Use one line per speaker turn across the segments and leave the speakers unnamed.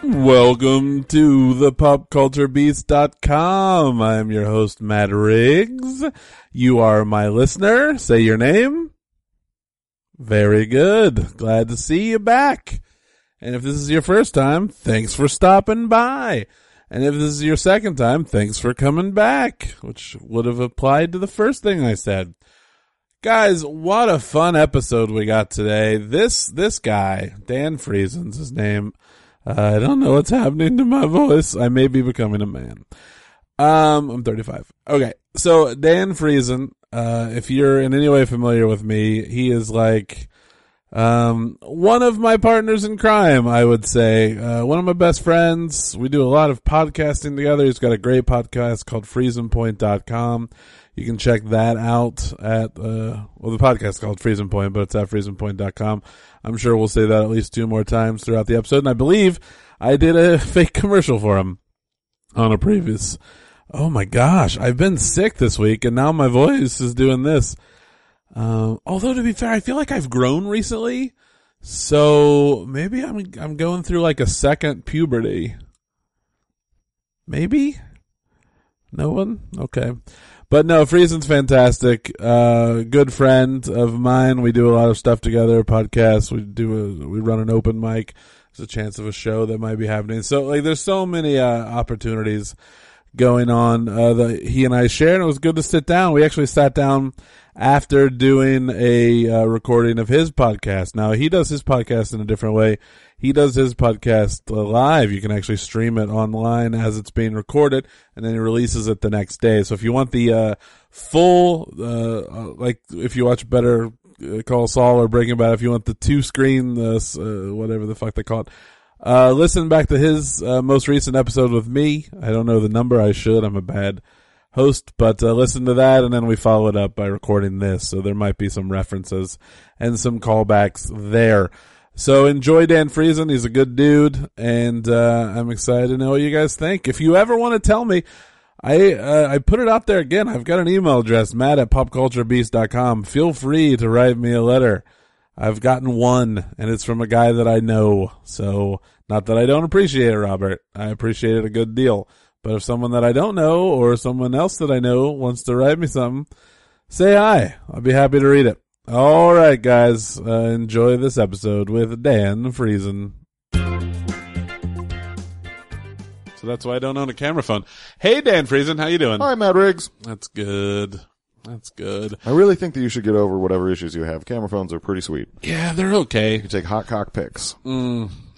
Welcome to the popculturebeast.com. I am your host, Matt Riggs. You are my listener. Say your name. Very good. Glad to see you back. And if this is your first time, thanks for stopping by. And if this is your second time, thanks for coming back, which would have applied to the first thing I said. Guys, what a fun episode we got today. This this guy, Dan Friesen's his name. Uh, I don't know what's happening to my voice. I may be becoming a man. Um, I'm 35. Okay, so Dan Friesen, uh, if you're in any way familiar with me, he is like um, one of my partners in crime, I would say. Uh, one of my best friends. We do a lot of podcasting together. He's got a great podcast called FreezingPoint.com. You can check that out at, uh, well, the podcast called Freezing Point, but it's at FreezingPoint.com. I'm sure we'll say that at least two more times throughout the episode. And I believe I did a fake commercial for him on a previous. Oh my gosh, I've been sick this week and now my voice is doing this. Um, although to be fair, I feel like I've grown recently, so maybe I'm I'm going through like a second puberty. Maybe. No one? Okay. But no, Friesen's fantastic. Uh, good friend of mine. We do a lot of stuff together, podcasts. We do a, we run an open mic. There's a chance of a show that might be happening. So like, there's so many uh, opportunities going on uh, that he and I shared. And it was good to sit down. We actually sat down after doing a uh, recording of his podcast. Now he does his podcast in a different way. He does his podcast live. You can actually stream it online as it's being recorded, and then he releases it the next day. So if you want the uh, full, uh, like if you watch Better uh, Call Saul or Breaking Bad, if you want the two screen, this uh, whatever the fuck they call it. Uh, listen back to his uh, most recent episode with me. I don't know the number. I should. I'm a bad host, but uh, listen to that, and then we follow it up by recording this. So there might be some references and some callbacks there. So enjoy Dan Friesen. He's a good dude, and uh, I'm excited to know what you guys think. If you ever want to tell me, I uh, I put it out there again. I've got an email address, matt at popculturebeast.com. Feel free to write me a letter. I've gotten one, and it's from a guy that I know. So, not that I don't appreciate it, Robert. I appreciate it a good deal. But if someone that I don't know or someone else that I know wants to write me something, say hi. I'll be happy to read it. All right, guys. Uh, enjoy this episode with Dan Friesen. So that's why I don't own a camera phone. Hey, Dan Friesen, how you doing?
Hi, Matt Riggs.
That's good. That's good.
I really think that you should get over whatever issues you have. Camera phones are pretty sweet. You
Yeah, they're okay.
can take hot cock pics.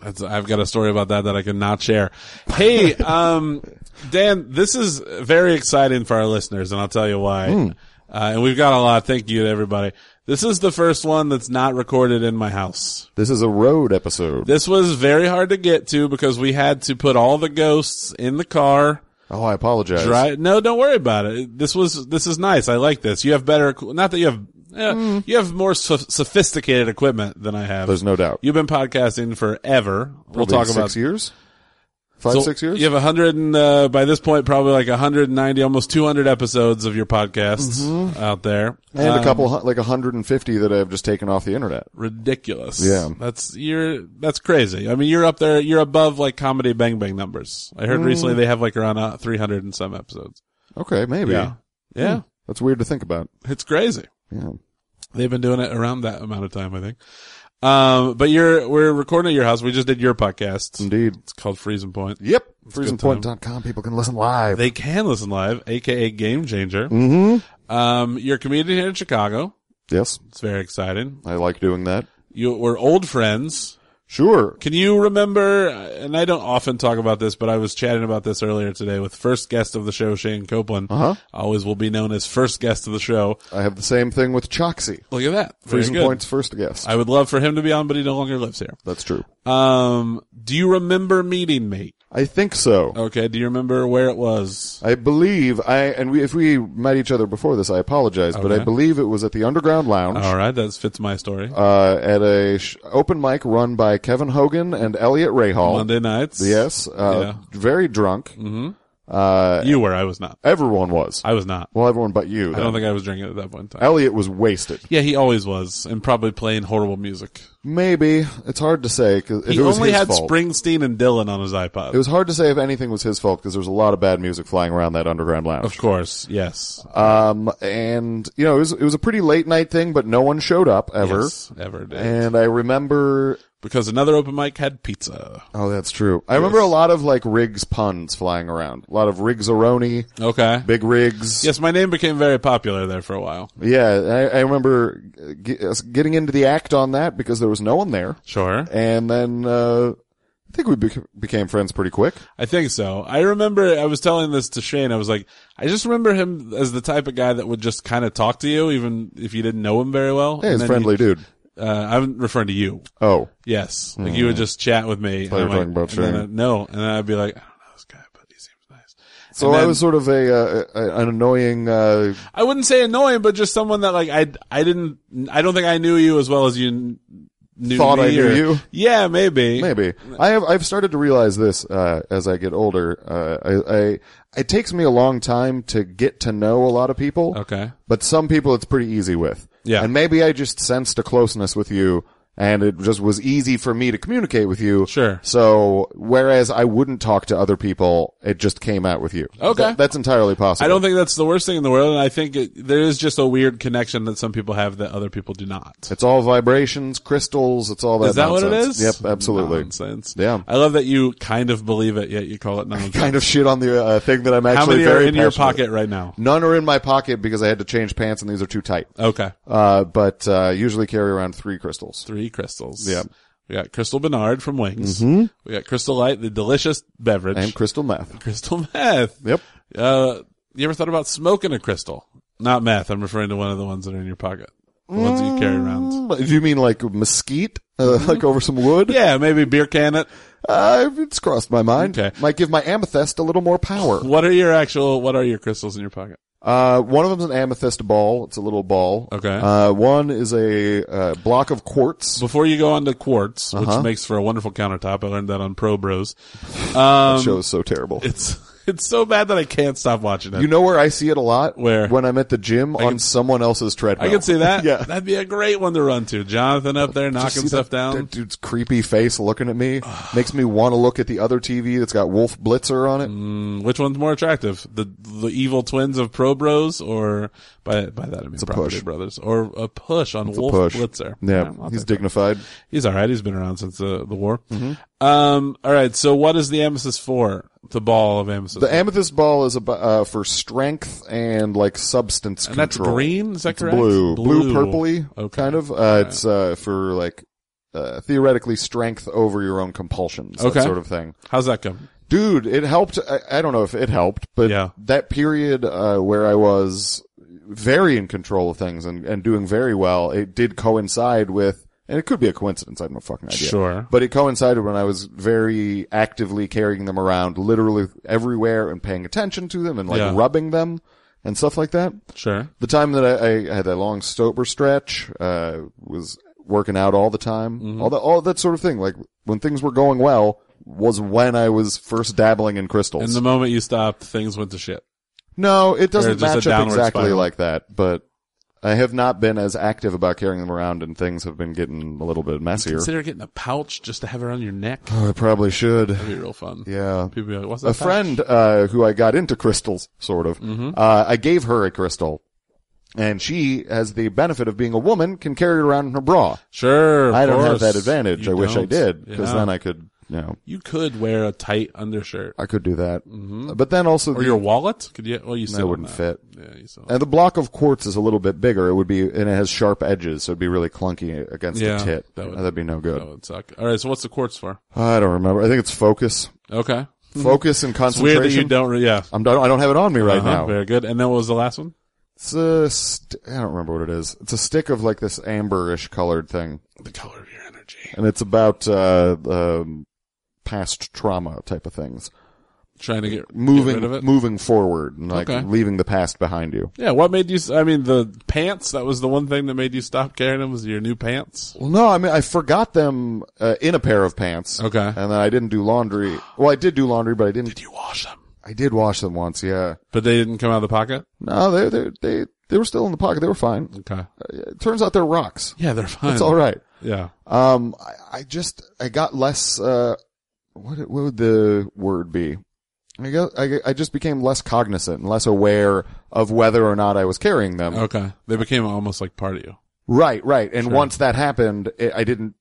That's, I've got a story about that that I could not share. Hey, um, Dan, this is very exciting for our listeners, and I'll tell you why.
Hmm.
Uh, and we've got a lot. Thank you to everybody. This is the first one that's not recorded in my house.
This is a road episode.
This was very hard to get to because we had to put all the ghosts in the car.
Oh, I apologize.
Dry, no, don't worry about it. This was this is nice. I like this. You have better, not that you have, eh, you have more soph- sophisticated equipment than I have.
Hmm. There's no doubt.
You've been podcasting forever. we'll
Probably
talk
six
about
years, five,
so
six years.
You have 100 and, uh, by this point, probably like 190, almost 200 episodes of your podcasts out there.
Mm-hmm. and
Uh,
a couple, hu- like 150 that I've just taken off the internet.
ridiculous.
Yeah.
That's, you're, that's crazy. I mean, you're up there, you're above like comedy bang bang numbers. I
Mm.
heard recently they have like around uh, 300 and some episodes.
Okay, maybe. Hmm.
Yeah.
That's weird to think about.
It's crazy.
Yeah.
They've been doing it around that amount of time, I think. Um, but you're, we're recording at your house. We just did your podcast.
Indeed.
It's called Freezing Point.
Yep. FreezingPoint.com. People can listen live.
They can listen live, aka Game Changer. Mm-hmm. Um, you're a comedian here in Chicago.
yes.
It's very exciting.
I like doing that.
You were old friends.
Sure.
Can you remember? And I don't often talk about this, but I was chatting about this earlier today with first guest of the show, Shane Copeland.
Uh-huh.
Always will be known as first guest of the show.
I have the same thing with Choxy.
Look at that. Very
Freezing
good.
Point's first guest.
I would love for him to be on, but he no longer lives here.
That's true.
Um, do you remember meeting me?
I think so.
Okay. Do you remember where it was?
I believe I and we, if we met each other before this, I apologize, but I believe it was at the Underground Lounge
All right. That fits my story.
uh, at a sh- open mic run by Kevin Hogan and Elliot Rahal.
Monday nights.
Yes, uh, very drunk. Mm-hmm. Uh,
You were. I was not.
everyone was.
I was not.
well, everyone but you.
I don't think I was drinking at that point in time.
Elliot was wasted.
Yeah, he always was, and probably playing horrible music.
Maybe it's hard to say. 'cause if
He
it was
only
his
had
fault.
Springsteen and Dylan on his iPod.
It was hard to say if anything was his fault because there was a lot of bad music flying around that underground
of
lounge.
course, yes.
Um, and you know, it was it was a pretty late night thing, but no one showed up ever.
Yes, ever did.
And I remember,
because another open mic had pizza.
oh, that's true. I remember a lot of like Riggs puns flying around. A lot of Riggs-aroni,
Okay.
big Riggs.
Yes, my name became very popular there for a while.
Yeah, I, I remember uh, ge- us getting into the act on that because there was no one there.
Sure.
And then, uh, I think we bec- became friends pretty quick.
I think so. I remember I was telling this to Shane. I was like, I just remember him as the type of guy that would just kind of talk to you, even if you didn't know him very well.
Hey,
And
he's a
then
friendly
you-
dude.
uh, I'm referring to you.
Oh,
Yes. Like you would
Hmm.
just chat with me.
thought you
and
were
I'm like-
talking about
and then
Shane.
I- no. And then I'd be like, I don't know this guy, but he seems nice.
so
And
I
then-
was sort of a, uh, a- an annoying, uh,
I wouldn't say annoying, but just someone that like I I didn't I don't think I knew you as well as you kn- knew
Thought
me
I knew
or-
you?
Yeah, maybe.
Maybe I have. I've started to realize this uh, as I get older. Uh, I, I it takes me a long time to get to know a lot of people.
Okay.
but some people it's pretty easy with.
Yeah.
and maybe I just sensed a closeness with you, and it just was easy for me to communicate with you.
Sure.
So whereas I wouldn't talk to other people, it just came out with you.
Okay.
That- that's entirely possible.
I don't think that's the worst thing in the world, and I think it, there is just a weird connection that some people have that other people do not.
It's all vibrations, crystals. It's all that.
Is that what it
nonsense.
is?
Yep, absolutely.
Nonsense.
Yeah.
I love that you kind of believe it, yet you call it nonsense.
Kind of shit on the uh, thing that I'm
How
actually
many are
very
in your
passionate-
pocket right now?
None are in my pocket because I had to change pants and these are too tight.
Okay.
Uh, but uh, usually carry around three crystals.
Three crystals.
Yeah.
We got Crystal Bernard from Wings. We got Crystal Light, the delicious beverage.
Mm-hmm. And crystal meth.
crystal meth.
Yep.
Uh, you ever thought about smoking a crystal? Not meth. I'm referring to one of the ones that are in your pocket. The ones that you carry around.
Do you mean like mesquite? Uh, Like over some wood?
Mm-hmm. Yeah, maybe beer can it.
Uh, it's crossed my mind.
Okay.
Might give my amethyst a little more power.
What are your actual, what are your crystals in your pocket?
Uh, one of them's an amethyst ball. It's a little ball.
Okay.
Uh, one is a uh, block of quartz.
Before you go on to quartz, which
Uh-huh.
makes for a wonderful countertop. I learned that on Pro Bros. Um,
show is so terrible.
it's, it's so bad that I can't stop watching it.
You know where I see it a lot?
Where?
When I'm at the gym on someone else's treadmill.
I can see that.
yeah.
That'd be a great one to run to. Jonathan up there
Just
knocking
see
stuff
that-
down.
That dude's creepy face looking at me makes me want to look at the other TV that's got Wolf Blitzer on it.
Mm. Which one's more attractive, the the evil twins of Pro Bros, or by by that I mean Property
push.
Brothers, or a push on Wolf
push.
Blitzer?
Yeah,
I'll
he's
take-
dignified.
he's all right. He's been around since the the war.
Mm-hmm.
Um, all right. So what is the amethyst for? The ball of amethyst.
The amethyst ball is about, uh, for strength and like substance
and that's
control.
green. Is that
It's
correct?
blue, blue, purpley,
Okay.
kind of. Uh, It's uh, for like uh, theoretically strength over your own compulsions,
Okay.
that sort of thing.
How's that coming?
Dude, it helped. I, I don't know if it helped, but
Yeah.
that period uh, where I was very in control of things and, and doing very well, it did coincide with, and it could be a coincidence. I have no fucking idea.
Sure.
But it coincided when I was very actively carrying them around literally everywhere and paying attention to them and like
Yeah.
rubbing them and stuff like that.
Sure.
The time that I, I had that long sober stretch, uh, was working out all the time,
Mm-hmm.
all that, all that sort of thing. Like when things were going well was when I was first dabbling in crystals.
And the moment you stopped, things went to shit.
no, it
Or
doesn't
just a
match up
downward
exactly
spiral.
like that, but I have not been as active about carrying them around and things have been getting a little bit messier.
Consider getting a pouch just to have around your neck.
Oh, I probably should.
That'd be real fun.
Yeah.
People be like, "What's that?"
A
pouch?"
friend uh, who I got into crystals, sort of.
Mm-hmm.
Uh, I gave her a crystal, and she has the benefit of being a woman, can carry it around in her bra.
Sure. of
I don't have
course.
that advantage.
You
I wish I
don't.
did because
Yeah.
then I could, you know,
You could wear a tight undershirt
I could do that. But then also,
Mm-hmm. or
the,
your wallet. Could you? Well, you
it
still
wouldn't fit.
Yeah, you still.
And the block of quartz is a little bit bigger. It would be, and it has sharp edges, so it'd be really clunky against
Yeah,
the tit. Uh,
that would-
That'd be no good.
That would suck. All right. So what's the quartz for?
I don't remember. I think it's focus,
Okay.
focus and
Mm-hmm. It's weird
concentration.
that you don't. Re- yeah.
I'm don't, I don't have it on me right
Uh-huh,
now.
Very good. And then what was the last one?
It's a st- I don't remember what it is. It's a stick of like this amberish colored thing,
The color of your energy.
and it's about uh, um, past trauma type of things,
Trying to get
moving
get rid of it.
moving forward, and like
Okay.
leaving the past behind you.
Yeah. What made you? s- I mean, the pants. That was the one thing that made you stop carrying them. Was your new pants?
Well, no, I mean I forgot them uh, in a pair of pants.
Okay.
and then I didn't do laundry. Well, I did do laundry, but I didn't.
Did you wash them?
I did wash them once. Yeah.
But they didn't come out of the pocket?
No, they they they they were still in the pocket. They were fine.
Okay.
It turns out they're rocks.
Yeah, they're fine.
It's all right.
Yeah.
Um, I, I just I got less. Uh, what what would the word be? I got I, I just became less cognizant and less aware of whether or not I was carrying them.
Okay. They became almost like part of you.
Right, right. And once that happened, it, I didn't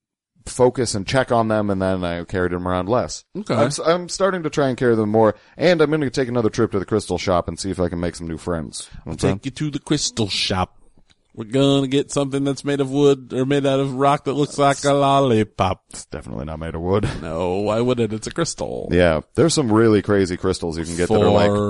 focus and check on them, and then I carried them around less.
Okay.
I'm, s am starting to try and carry them more, and I'm going to take another trip to the crystal shop and see if I can make some new friends. You know what I'm saying?
Take you to the crystal shop. We're gonna get something that's made of wood or made out of rock that looks like a lollipop.
It's definitely not made of wood.
No, why would it? It's a crystal.
Yeah, there's some really crazy crystals you can get that are
For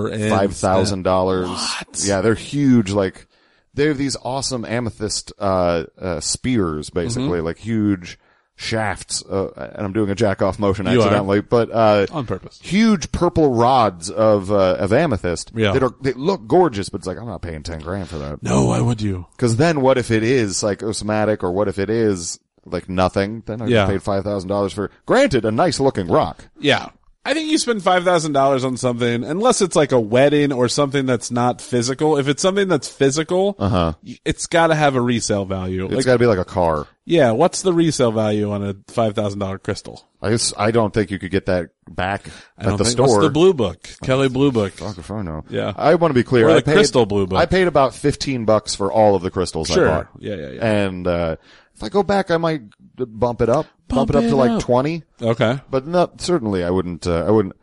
like
instance-
five thousand dollars.
What?
Yeah, they're huge. Like they have these awesome amethyst uh, uh, spears, basically like huge shafts. Uh, and I'm doing a jack off motion
You are.
accidentally, but uh,
On purpose.
huge purple rods of uh, of amethyst
Yeah.
that are they look gorgeous, but it's like I'm not paying ten grand for that.
No, why would you?
Because then what if it is psychosomatic, or what if it is like nothing? Then I
Yeah.
paid five thousand dollars for granted a nice looking rock.
Yeah. I think you spend $5,000 on something, unless it's like a wedding or something that's not physical. If it's something that's physical, uh-huh. it's gotta have a resale value.
It's
Like,
got to be like a car.
yeah, what's the resale value on a $5,000 crystal?
I just, I don't think you could get that back
I
at
don't
the
think,
store.
What's the blue book? Kelly Blue Book.
Fuck if I know.
Yeah.
I want to be clear.
Or the
I paid,
crystal blue book.
I paid about fifteen bucks for all of the crystals
Sure.
I bought.
Yeah, yeah, yeah.
And uh, if I go back, I might bump it up,
Bump
bump, it up
it
to like
up.
twenty.
Okay.
But not certainly. I wouldn't. Uh, I wouldn't.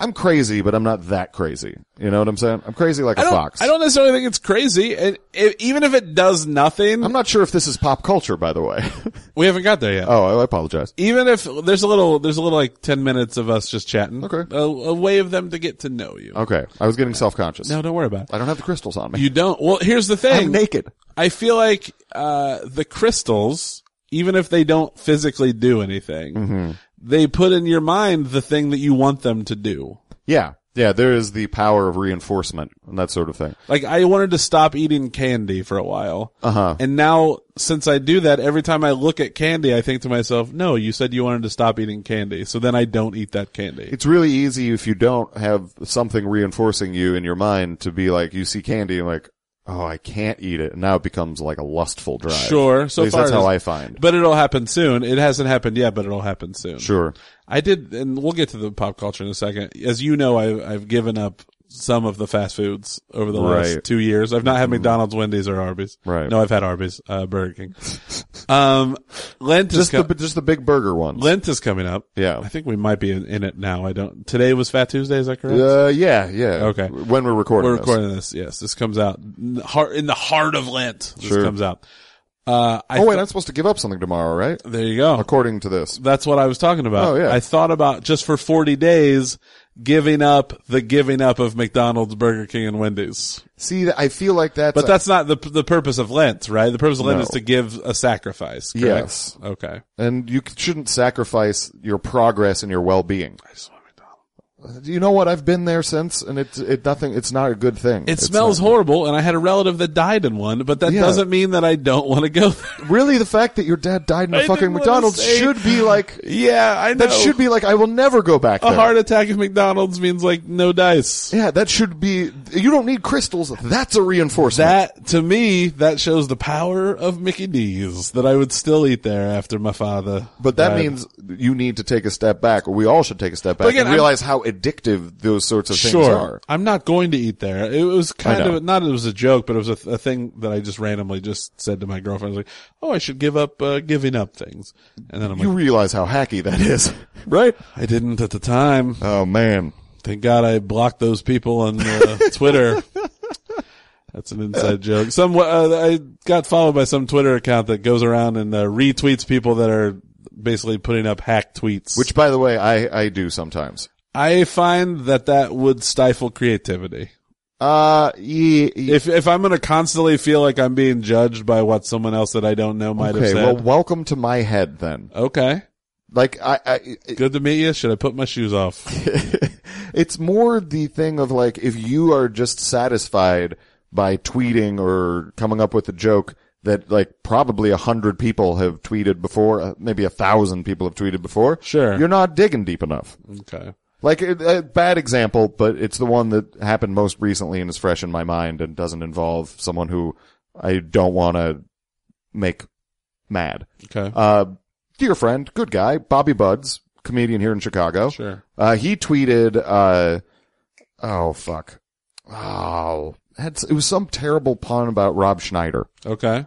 I'm crazy, but I'm not that crazy. You know what I'm saying? I'm crazy like a
I don't,
fox.
I don't necessarily think it's crazy. And if, even if it does nothing,
I'm not sure if this is pop culture, by the way.
we haven't got there yet.
oh, I apologize.
Even if there's a little, there's a little like 10 minutes of us just chatting.
Okay. Uh,
A, a way of them to get to know you.
Okay, I was getting self conscious.
No, don't worry about it.
I don't have the crystals on me.
You don't. Well, here's the thing.
I'm naked.
I feel like uh, the crystals, even if they don't physically do anything,
Mm-hmm.
they put in your mind the thing that you want them to do.
Yeah. Yeah, there is the power of reinforcement and that sort of thing.
Like I wanted to stop eating candy for a while,
Uh-huh.
and now since I do that, every time I look at candy, I think to myself, "No, you said you wanted to stop eating candy, so then I don't eat that candy."
It's really easy if you don't have something reinforcing you in your mind to be like, you see candy and like, oh, I can't eat it. And now it becomes like a lustful drive.
Sure, so
At least
far
that's
it
how
is-
I find.
But it'll happen soon. It hasn't happened yet, but it'll happen soon.
Sure.
I did, and we'll get to the pop culture in a second. As you know, I, I've given up some of the fast foods over the last
Right. Mm-hmm.
two years. I've not had McDonald's, Wendy's, or Arby's.
Right.
No, I've had Arby's, uh, Burger King. um, Lent is
Just
co-
the, just the big burger ones.
Lent is coming up.
Yeah.
I think we might be in, in it now. I don't. Today was Fat Tuesday. Is that correct?
Uh, yeah, yeah.
Okay.
When we're recording
We're
this.
recording this. Yes, this comes out in the heart, in the heart of Lent. This
Sure.
comes out. Uh, I
Oh wait,
thought-
I'm supposed to give up something tomorrow, right?
there you go.
According to this.
That's what I was talking about.
Oh, yeah.
I thought about just for 40 days giving up the giving up of McDonald's, Burger King, and Wendy's.
See, I feel like that's,
But that's not the the purpose of Lent, right? The purpose of Lent
No.
is to give a sacrifice. correct?
Yes.
Okay.
and you shouldn't sacrifice your progress and your well-being. Uh,
I just want McDonald's.
You know what? I've been there since and it's, it nothing, it's not a good thing.
It smells horrible, and I had a relative that died in one, but that
Yeah.
doesn't mean that I don't want to go there.
really the fact that your dad died in a
I
fucking
didn't wanna
McDonald's
say-
should be like
Yeah, I know.
that should be like I will never go back
a
there.
heart attack at McDonald's means like no dice.
yeah, that should be you don't need crystals. That's a reinforcement.
That to me, that shows the power of Mickey D's. That I would still eat there after my father.
but that
died.
means you need to take a step back, or we all should take a step back
again,
and realize how addictive those sorts of things are.
I'm not going to eat there. It was kind
I know.
of not it was a joke, but it was a, th- a thing that I just randomly just said to my girlfriend. I was like, "Oh, I should give up uh, giving up things," and then I'm
You
like,
realize how hacky that is, right?
"I didn't at the time.
Oh man,
Thank God I blocked those people on uh, Twitter." That's an inside joke. Some uh, I got followed by some Twitter account that goes around and uh, retweets people that are basically putting up hack tweets.
which by the way, I I do sometimes.
I find that that would stifle creativity.
Uh, ye, ye-
If if I'm gonna constantly feel like I'm being judged by what someone else that I don't know might
okay.
have
Well,
said,
welcome to my head then.
okay,
Like I, I
good to meet you. Should I put my shoes off?
it's more the thing of like if you are just satisfied by tweeting or coming up with a joke that like probably a hundred people have tweeted before, uh, maybe a thousand people have tweeted before.
Sure.
you're not digging deep enough.
okay,
Like a, a bad example, but it's the one that happened most recently and is fresh in my mind and doesn't involve someone who I don't want to make mad.
Okay.
Uh, dear friend, good guy, Bobby Buds, comedian here in Chicago.
sure.
Uh, he tweeted, uh, oh fuck. Oh, that's, it was some terrible pun about Rob Schneider.
Okay.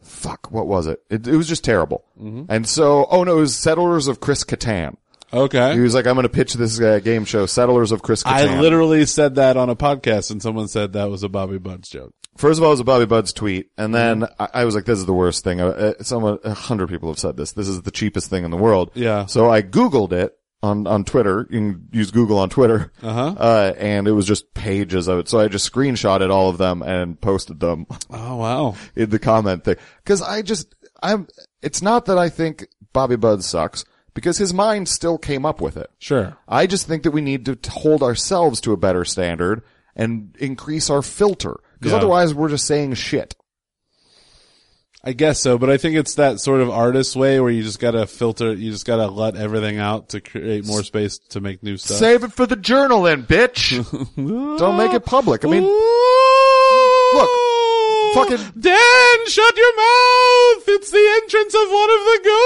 Fuck, what was it? It, it was just terrible. And so, oh no, it was Settlers of Chris Catan. He
Okay.
was like, I'm going to pitch this uh, game show, Settlers of Chris Catan.
I literally said that on a podcast, and someone said that was a Bobby Buds joke.
First of all, it was a Bobby Buds tweet, and
Mm-hmm.
then I, I was like, "This is the worst thing." Uh, uh, someone, a hundred people have said this. This is the cheapest thing in the world.
Yeah.
So I Googled it on on Twitter. You can use Google on Twitter.
Uh-huh.
Uh, and it was just pages of it. So I just screenshotted all of them and posted them
Oh wow.
in the comment thing because I just I'm. It's not that I think Bobby Buds sucks because his mind still came up with it.
Sure.
I just think that we need to t- hold ourselves to a better standard and increase our filter. Because
Yeah.
otherwise we're just saying shit.
I guess so, but I think it's that sort of artist way where you just gotta filter, you just gotta let everything out to create more space to make new stuff.
Save it for the journal then, bitch! Don't make it public. I mean, look, fucking-
Dan, shut your mouth! It's the entrance of one of the ghosts.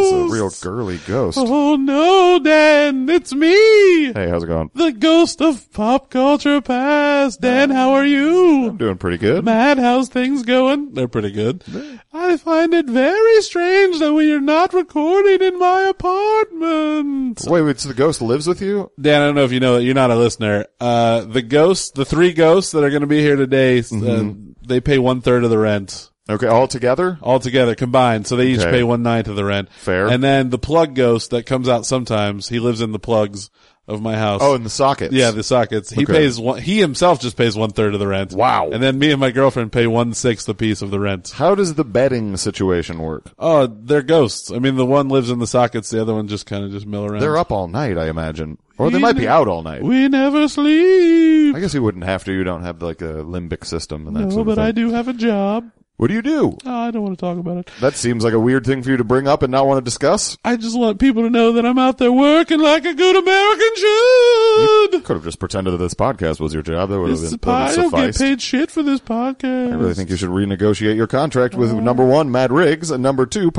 it's a real girly ghost.
Oh no, Dan, it's me,
Hey, how's it going?
the ghost of pop culture past. Dan, how are you?
I'm doing pretty good.
Mad, how's things going? They're pretty good. I find it very strange that we are not recording in my apartment.
Wait, wait, so the ghost lives with you?
Dan, I don't know if you know that you're not a listener. Uh, the ghosts, the three ghosts that are going to be here today,
Mm-hmm.
uh, they pay one third of the rent
Okay, all together?
altogether combined. So they each
Okay.
pay one ninth of the rent.
Fair.
And then the plug ghost that comes out sometimes, he lives in the plugs of my house.
Oh, in the sockets.
Yeah, the sockets. He
Okay.
pays one, he himself just pays one third of the rent.
Wow.
And then me and my girlfriend pay one sixth apiece of the rent.
How does the bedding situation work?
Oh, they're ghosts. I mean, the one lives in the sockets, the other one just kind of just mill around.
They're up all night, I imagine. Or they might be out all night.
We never sleep.
I guess you wouldn't have to. You don't have like a limbic system and that
No,
sort of
but I
thing.
do have a job.
What do you do?
Oh, I don't want to talk about it.
That seems like a weird thing for you to bring up and not want to discuss.
I just want people to know that I'm out there working like a good American should.
Could have just pretended that this podcast was your job. That would have
This is
been, that
a
would have
pod- I don't get
sufficed.
paid shit for this podcast.
I really think you should renegotiate your contract with
Oh.
number one, Mad Riggs, and number two,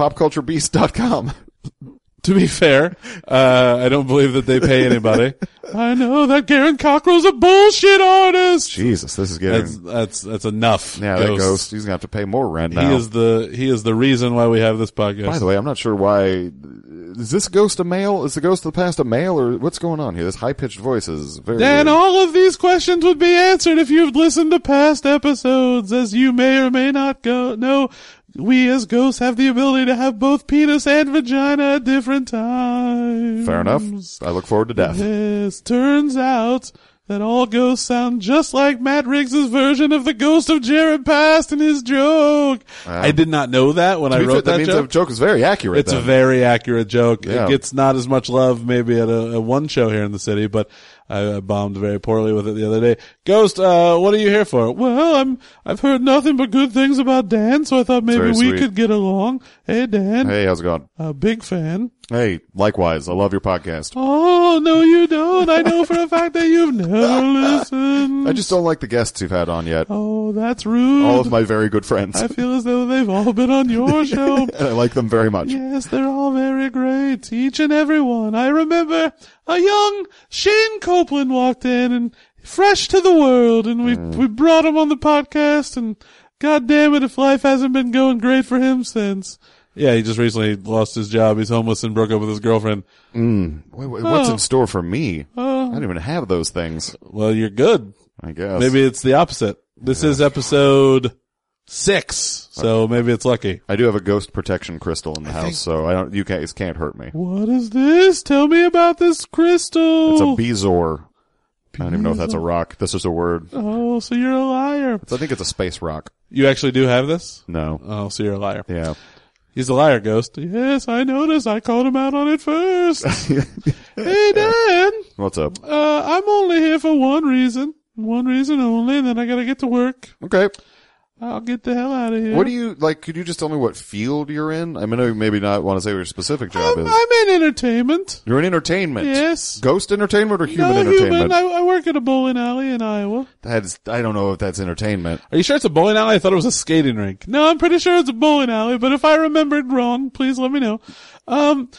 popculturebeast.com.
To be fair, uh, I don't believe that they pay anybody. I know that Garen Cockrell's a bullshit artist.
Jesus, this is getting.
That's that's that's enough.
yeah, that ghost. He's going to have to pay more rent
He
now.
is the he is the reason why we have this podcast.
By the way, I'm not sure why. Is this ghost a male? Is the ghost of the past a male, or what's going on here? This high pitched voice is very.
Dan,
weird.
all of these questions would be answered if you've listened to past episodes. As you may or may not go know, we as ghosts have the ability to have both penis and vagina at different times.
Fair enough. I look forward to death.
Yes, turns out that all ghosts sound just like Matt Riggs' version of the ghost of Jared Past in his joke. I did not know that when I
To be fair,
wrote
that
that
means
joke.
that joke is very accurate.
It's a
then.
very accurate joke.
Yeah.
It gets not as much love maybe at a, a one show here in the city, but I, I bombed very poorly with it the other day. Ghost, uh, what are you here for? Well, I'm I've heard nothing but good things about Dan, so I thought maybe
very
we
sweet.
could get along. Hey Dan,
hey, how's it going?
a big fan.
Hey, likewise. I love your podcast.
Oh no, you don't. I know for a fact that you've never listened.
I just don't like the guests you've had on yet.
oh, that's rude.
All of my very good friends.
I feel as though they've all been on your show.
and I like them very much.
Yes, they're all very great, each and every one. I remember a young Shane Copeland walked in and fresh to the world, and we we brought him on the podcast. And God damn it, if life hasn't been going great for him since. Yeah, he just recently lost his job. He's homeless and broke up with his girlfriend.
Wait, wait, what's
Oh.
in store for me? I don't even have those things,
Well, you're good.
I guess.
Maybe it's the opposite. This is episode six, so maybe it's lucky.
I do have a ghost protection crystal in the house, so I don't, you guys can't hurt me.
What is this? Tell me about this crystal.
It's a Bezor. I don't even know if that's a rock. This is a word.
oh, so you're a liar.
So I think it's a space rock.
You actually do have this?
No.
Oh, so you're a liar.
Yeah.
He's a liar, Ghost. Yes, I noticed. I called him out on it first. hey, Dan.
What's up?
Uh, I'm only here for one reason. One reason only, and then I gotta get to work.
Okay.
I'll get the hell out of here.
What do you like? Could you just tell me what field you're in? I mean, I know you maybe not want to say what your specific job
I'm,
is.
I'm in entertainment.
you're in entertainment.
Yes.
Ghost entertainment or human
no,
entertainment?
human. I, I work at a bowling alley in Iowa.
That's I don't know if that's entertainment.
Are you sure it's a bowling alley? I thought it was a skating rink. No, I'm pretty sure it's a bowling alley, but if I remembered wrong, please let me know. Um,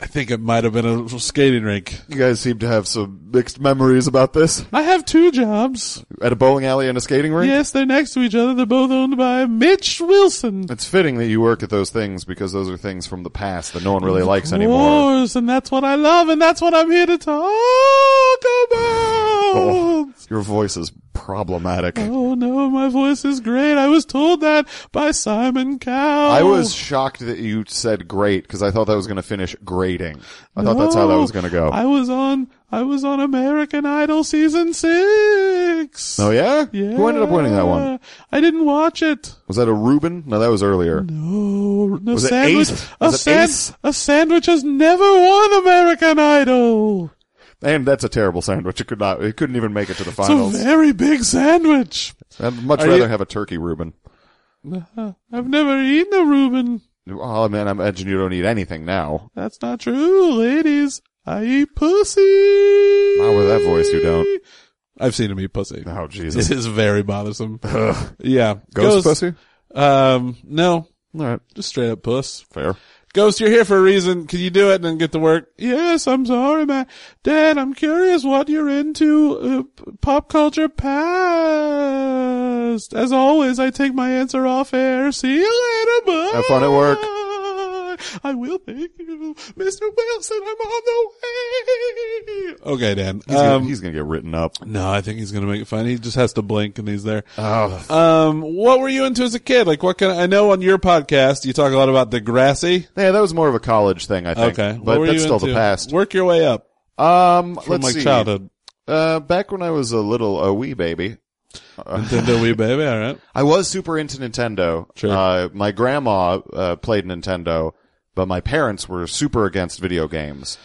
I think it might have been a skating rink.
You guys seem to have some mixed memories about this.
I have two jobs.
At a bowling alley and a skating rink.
Yes, they're next to each other. They're both owned by Mitch Wilson.
It's fitting that you work at those things because those are things from the past that no one really likes anymore.
Wars, and that's what I love, and that's what I'm here to talk about.
Oh, your voice is problematic.
Oh no, my voice is great. I was told that by Simon Cowell.
I was shocked that you said great because I thought that was going to finish grading. I thought that's how that
No,
was going to go.
I was on. I was on American Idol season six.
oh yeah?
yeah.
Who ended up winning that one?
I didn't watch it.
Was that a Reuben? No, that was earlier.
No, no
Was it
sandwich.
Ace?
A,
Was it
sand,
Ace?
a sandwich has never won American Idol.
And that's a terrible sandwich. It could not. It couldn't even make it to the
It's a
finals.
very big sandwich.
I'd much
Are
rather
you-
have a turkey Reuben.
I've never eaten a Reuben.
Oh man, I imagine you don't eat anything now.
That's not true, ladies. I eat pussy.
Not with that voice, you don't.
I've seen him eat pussy.
Oh Jesus.
It is very bothersome. Yeah.
Ghost pussy.
Um, no,
All right,
just straight up puss.
fair.
Ghost, you're here for a reason. Can you do it and then get to work? Yes, I'm sorry, man. Dad, I'm curious what you're into. Uh, p- pop culture past. As always, I take my answer off air. See you later, bud.
Have fun at work.
I will thank you, Mr. Wilson. I'm on the way. Okay, Dan.
He's,
Um,
gonna, he's gonna get written up.
no, I think he's gonna make it fun. He just has to blink and he's there.
Oh,
Um, what were you into as a kid? Like, what kind of, I know on your podcast, you talk a lot about Degrassi.
yeah, that was more of a college thing, I think.
Okay. what
but
were
that's
you
still the
into?
past.
Work your way up
Um,
from
let's
like
see.
childhood.
Uh, back when I was a little a wee baby, Uh,
Nintendo Wii baby. All right.
I was super into Nintendo.
Sure.
Uh, my grandma uh, played Nintendo, but my parents were super against video games.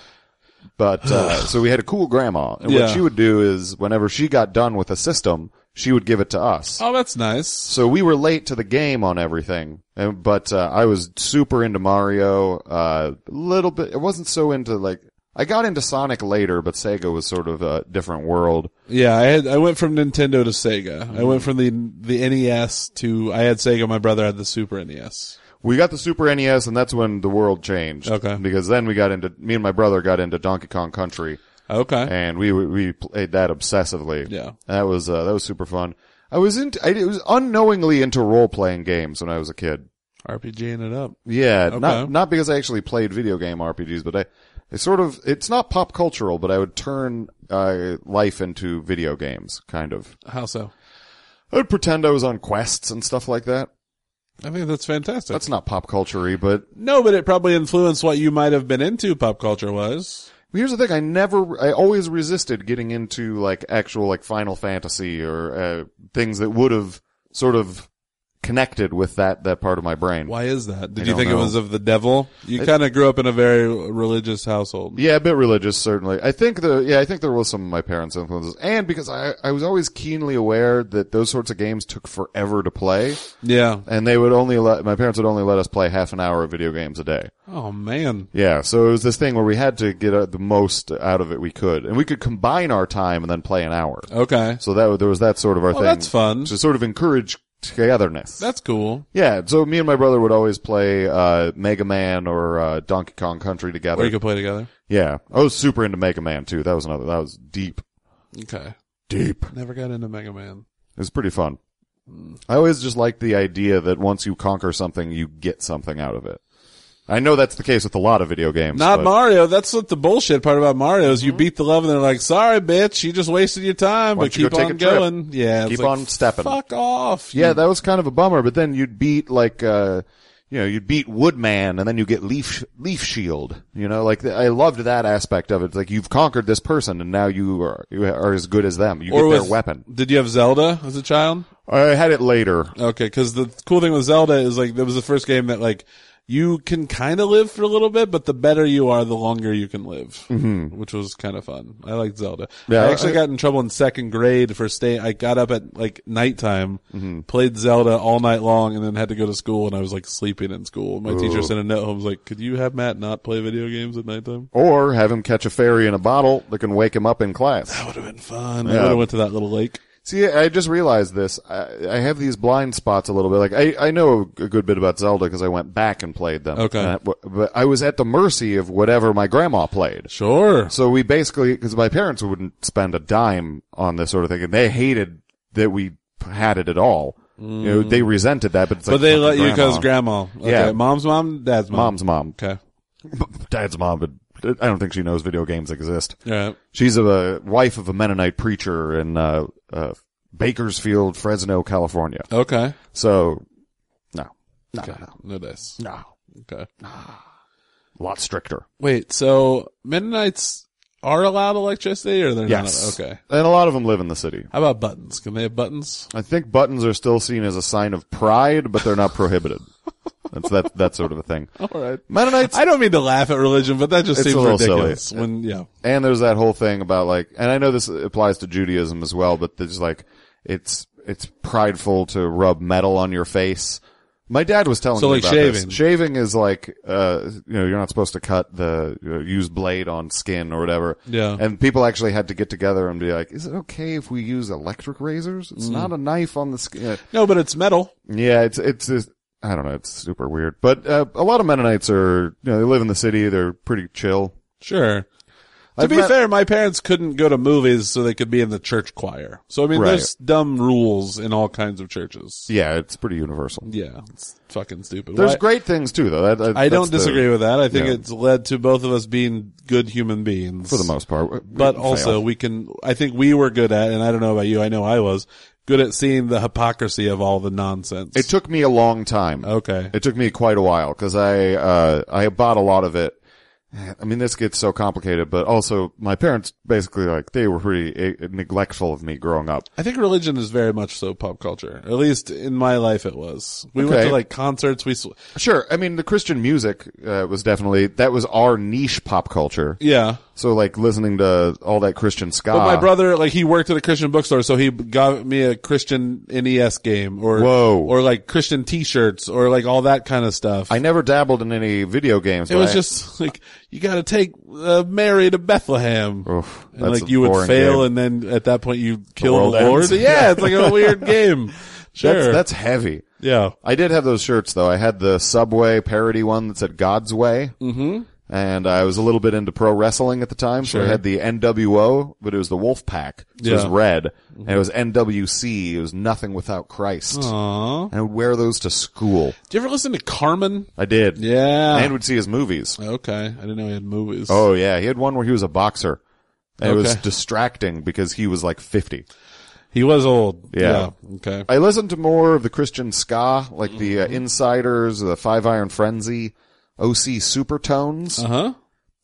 But uh, so we had a cool grandma, and
Yeah.
what she would do is whenever she got done with a system, she would give it to us.
Oh, that's nice.
So we were late to the game on everything, and, but uh, I was super into Mario. uh, A little bit, I wasn't so into like I got into Sonic later, but Sega was sort of a different world.
Yeah. I had, I went from Nintendo to Sega. I went from the, the NES to, I had Sega. My brother had the Super E NES.
We got the Super NES, and that's when the world changed.
Okay.
Because then we got into me and my brother got into Donkey Kong Country,
Okay.
and we we played that obsessively.
Yeah.
That was uh, that was super fun. I was into I was unknowingly into role playing games when I was a kid.
RPGing it up.
Yeah, not
Okay.
not because I actually played video game RPGs, but I, I sort of it's not pop cultural, but I would turn uh, life into video games, kind of.
How so?
I would pretend I was on quests and stuff like that.
I think that's fantastic.
That's not pop culture but
no, but it probably influenced what you might have been into pop culture was.
Here's the thing: I never, I always resisted getting into like actual like Final Fantasy or uh, things that would have sort of connected with that that part of my brain.
Why is that? Did
I
you
don't
think
know.
it was of the devil? You kind of grew up in a very religious household.
Yeah, a bit religious, certainly. I think the yeah, I think there was some of my parents' influences, and because I I was always keenly aware that those sorts of games took forever to play,
Yeah.
and they would only let my parents would only let us play half an hour of video games a day.
Oh man.
Yeah, so it was this thing where we had to get uh, the most out of it we could, and we could combine our time and then play an hour.
Okay.
So that there was that sort of our
Oh,
thing.
that's fun.
to sort of encourage togetherness.
That's cool.
yeah. So me and my brother would always play uh, Mega Man or uh, Donkey Kong Country
Or
together.
you could play together.
yeah, I was super into Mega Man too. That was another. That was deep,
Okay.
deep. It
Never got into Mega Man.
was pretty fun. I always just liked the idea that once you conquer something, you get something out of it. I know that's the case with a lot of video games.
Not
but-
Mario. That's what the bullshit part about Mario is. You beat the love, and they're like, "Sorry, bitch, you just wasted your time."
Why
But
don't you
keep
go take
on
a trip?
going. Yeah. it's
Keep
like,
on stepping.
Fuck off.
Yeah, that was kind of a bummer. But then you'd beat like, uh, you know, you'd beat Woodman, and then you get Leaf Leaf Shield. You know, like the, I loved that aspect of it. It's like you've conquered this person, and now you are you are as good as them. You get
with-
their weapon.
Did you have Zelda as a child?
I had it later.
Okay, because the cool thing with Zelda is like that was the first game that like you can kind of live for a little bit, but the better you are, the longer you can live, which was kind of fun. I liked Zelda.
Mm-hmm. Yeah,
I actually
I-
got in trouble in second grade for staying. I got up at like nighttime,
Mm-hmm.
played Zelda all night long, and then had to go to school. And I was like sleeping in school. My teacher sent a note home, was like, "Could you have Matt not play video games at nighttime?"
Or have him catch a fairy in a bottle that can wake him up in class.
That would have been fun. I
Yeah.
would have went to that little lake.
See, I just realized this. I, I have these blind spots a little bit. Like, I, I know a good bit about Zelda because I went back and played them.
Okay.
And I- but I was at the mercy of whatever my grandma played.
Sure.
So we basically, because my parents wouldn't spend a dime on this sort of thing, and they hated that we had it at all. You know, they resented that, but it's like,
Mm. but they
fucking
let you
grandma.
because grandma. Okay.
Yeah.
Mom's mom, dad's mom.
mom's mom,
Okay.
dad's mom, but I don't think she knows video games exist.
Yeah.
She's a, uh, wife of a Mennonite preacher in uh, uh, Bakersfield, Fresno, California.
Okay.
So, no, no,
Okay.
no, no,
No dice.
no,
Okay.
a lot stricter.
Wait, so Mennonites are allowed electricity or they're
Yes,
not? Okay.
and a lot of them live in the city.
How about buttons? Can they have buttons?
I think buttons are still seen as a sign of pride, but they're not prohibited. That's that that sort of a thing.
All right.
Mennonites,
I don't mean to laugh at religion, but that just
It's
seems
a little
ridiculous. When yeah,
and there's that whole thing about like, and I know this applies to Judaism as well, but there's like, it's it's prideful to rub metal on your face. My dad was telling
So,
me
like,
about this.
shaving.
Shaving is like, uh, you know, you're not supposed to cut the you know, use blade on skin or whatever.
Yeah.
And people actually had to get together and be like, "Is it okay if we use electric razors?
Mm.
It's not a knife on the skin."
no, but it's metal.
Yeah, it's it's just, I don't know, it's super weird. But uh, a lot of Mennonites are you know they live in the city, they're pretty chill.
Sure. To
I've
be
met-
fair, my parents couldn't go to movies, so they could be in the church choir. So I mean,
Right.
there's dumb rules in all kinds of churches.
Yeah, it's pretty universal.
Yeah, it's fucking stupid.
There's
Why-
great things too, though. That, that-
I don't
that's the-
disagree with that. I think
yeah.
it's led to both of us being good human beings
for the most part, We- we
but
fail.
also we can i think we were good at and i don't know about you i know i was good at seeing the hypocrisy of all the nonsense
it took me a long time.
okay
It took me quite a while because I uh, I bought a lot of it. I mean, this gets so complicated, but also my parents basically like they were pretty uh, neglectful of me growing up.
i think religion is very much so pop culture at least in my life it was we went
Okay.
to like concerts we sw-
Sure, I mean the Christian music uh, was definitely that was our niche pop culture.
yeah
So like listening to all that Christian ska.
but my brother like he worked at a christian bookstore so he got me a christian nes game or
Whoa.
or like christian t-shirts or like all that kind of stuff
I never dabbled in any video games.
it was just like you got to take uh, Mary to Bethlehem,
Oof,
and
that's
like
a
you would
boring
fail,
game.
and then at that point you kill
world
the Lord.
ends.
Yeah, it's like a weird game. Sure,
that's, that's heavy.
yeah.
I did have those shirts though. I had the Subway parody one that said God's Way. Mm-hmm. And I was a little bit into pro wrestling at the time, so I had the NWO, but it was the Wolf Pack. So It was
Yeah.
red, and it was NWC. It was nothing without Christ.
Aww.
And I would wear those to school.
Do you ever listen to Carmen?
I did.
Yeah.
And would see his movies.
okay, I didn't know he had movies.
Oh yeah, he had one where he was a boxer. And It was
Okay.
distracting because he was like 50.
he was old.
Yeah.
Okay.
I listened to more of the Christian ska, like the uh, Insiders, the Five Iron Frenzy, OC Supertones.
Uh huh.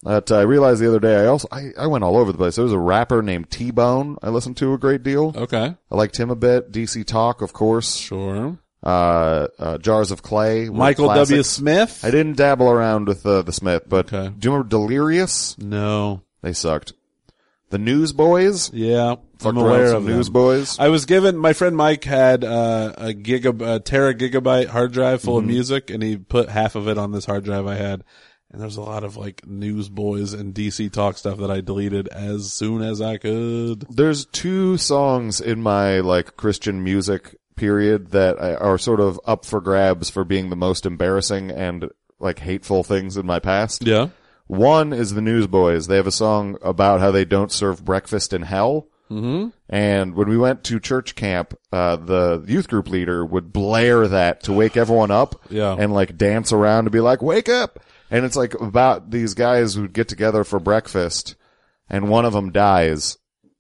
That uh, I realized the other day. I also I, I went all over the place. There was a rapper named T Bone. I listened to a great deal.
Okay.
I liked him a bit. DC Talk, of course.
Sure.
Uh, uh Jars of Clay. were
Michael W.
classics.
Smith.
I didn't dabble around with uh, the Smith, but
Okay.
do you remember Delirious?
no.
They sucked. The Newsboys.
Yeah, I'm
Fucked around
aware
with
of
some
them.
Newsboys.
I was given my friend Mike had uh, a giga a tera gigabyte hard drive full
Mm-hmm.
of music, and he put half of it on this hard drive I had. And there's a lot of like Newsboys and DC Talk stuff that I deleted as soon as I could.
There's two songs in my like Christian music period that I, are sort of up for grabs for being the most embarrassing and like hateful things in my past.
Yeah.
One is the Newsboys. They have a song about how they don't serve breakfast in hell. Mm-hmm. And when we went to church camp, uh, the youth group leader would blare that to wake everyone up
Yeah.
and like dance around to be like, wake up. And it's like about these guys who get together for breakfast and one of them dies.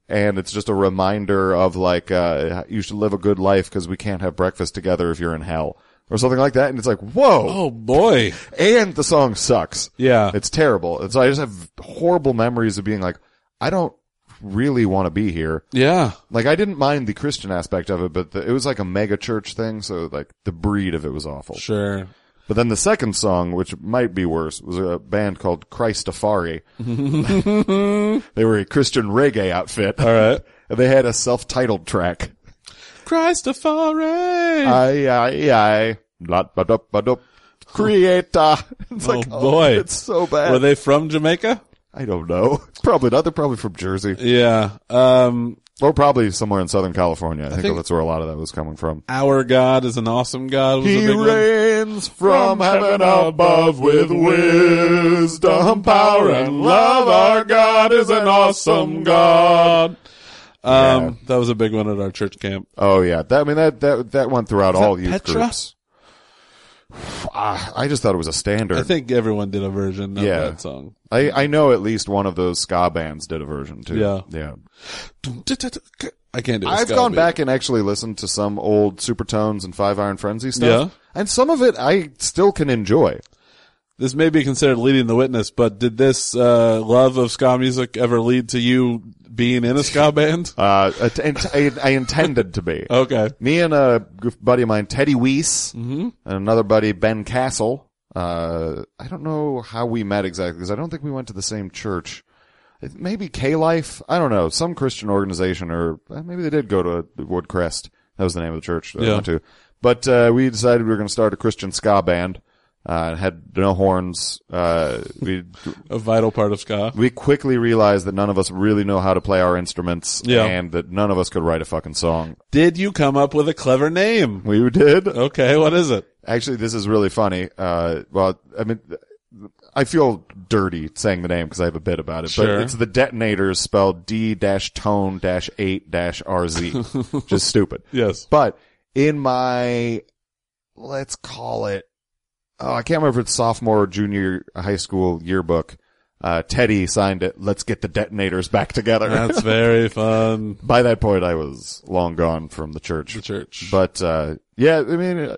And it's just a reminder of like, uh, you should live a good life because we can't have breakfast together if you're in hell or something like that. And it's like, whoa.
Oh boy.
And the song sucks.
Yeah.
It's terrible. And so I just have horrible memories of being like, I don't really want to be here.
yeah.
Like I didn't mind the Christian aspect of it, but the, it was like a mega church thing. So like the breed of it was awful.
Sure.
But then the second song, which might be worse, was a band called Christafari. they were a Christian reggae outfit. All right. And they had a self-titled track.
Christafari.
I, I, I, not, but up, but up. Creator. It's like,
Oh, boy.
it's so bad.
Were they from Jamaica?
I don't know. Probably not. They're probably from Jersey
Yeah. Um,
or probably somewhere in Southern California. I, think,
think-
that's where a lot of that was coming from.
our God is an awesome God. Was
He
a big one.
reigns from heaven above with wisdom, power, and love. Our God is an awesome God.
Um,
Yeah.
that was a big one at our church camp.
Oh yeah, that, I mean that that that went throughout all youth
Petra?
groups. Ah, I just thought it was a standard.
I think everyone did a version of
Yeah.
that song.
I, I know at least one of those ska bands did a version too.
Yeah.
yeah.
I can't do. a
I've
ska
gone
beat.
back and actually listened to some old Supertones and Five Iron Frenzy stuff, and some of it I still can enjoy.
This may be considered leading the witness, but did this uh, love of ska music ever lead to you being in a ska band?
Uh, at- and I, I intended to be.
Okay.
Me and a g- buddy of mine, Teddy Weiss,
Mm-hmm.
and another buddy, Ben Castle. Uh, I don't know how we met exactly because I don't think we went to the same church. It- Maybe K Life. I don't know. Some Christian organization, or uh, maybe they did go to Woodcrest. That was the name of the church that I
Yeah.
went to. But uh, we decided we were going to start a Christian ska band. Uh, it had no horns. Uh, we
A vital part of ska.
we quickly realized that none of us really know how to play our instruments,
Yeah.
and that none of us could write a fucking song.
Did you come up with a clever name?
We did.
Okay, what is it?
Actually, this is really funny. Uh, well, I mean, I feel dirty saying the name because I have a bit about it,
Sure.
but it's the detonators spelled D dash tone dash eight dash RZ. Just stupid.
Yes.
But in my, let's call it, oh, I can't remember if it's sophomore or junior high school yearbook, uh, Teddy signed it, let's get the detonators back together.
That's very fun.
By that point, I was long gone from the church.
The church.
But uh, yeah, I mean, uh,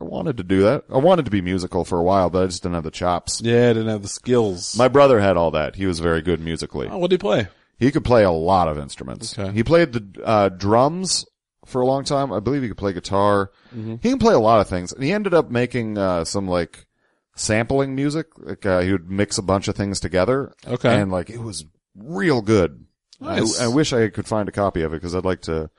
I wanted to do that. I wanted to be musical for a while, but I just didn't have the chops.
yeah, I didn't have the skills.
My brother had all that. He was very good musically.
oh, what do you play?
He could play a lot of instruments.
Okay.
He played the uh, drums for a long time. I believe he could play guitar.
Mm-hmm.
He can play a lot of things, and he ended up making uh, some like sampling music. Like uh, he would mix a bunch of things together.
Okay.
and like it was real good.
Nice.
I, I wish I could find a copy of it because I'd like to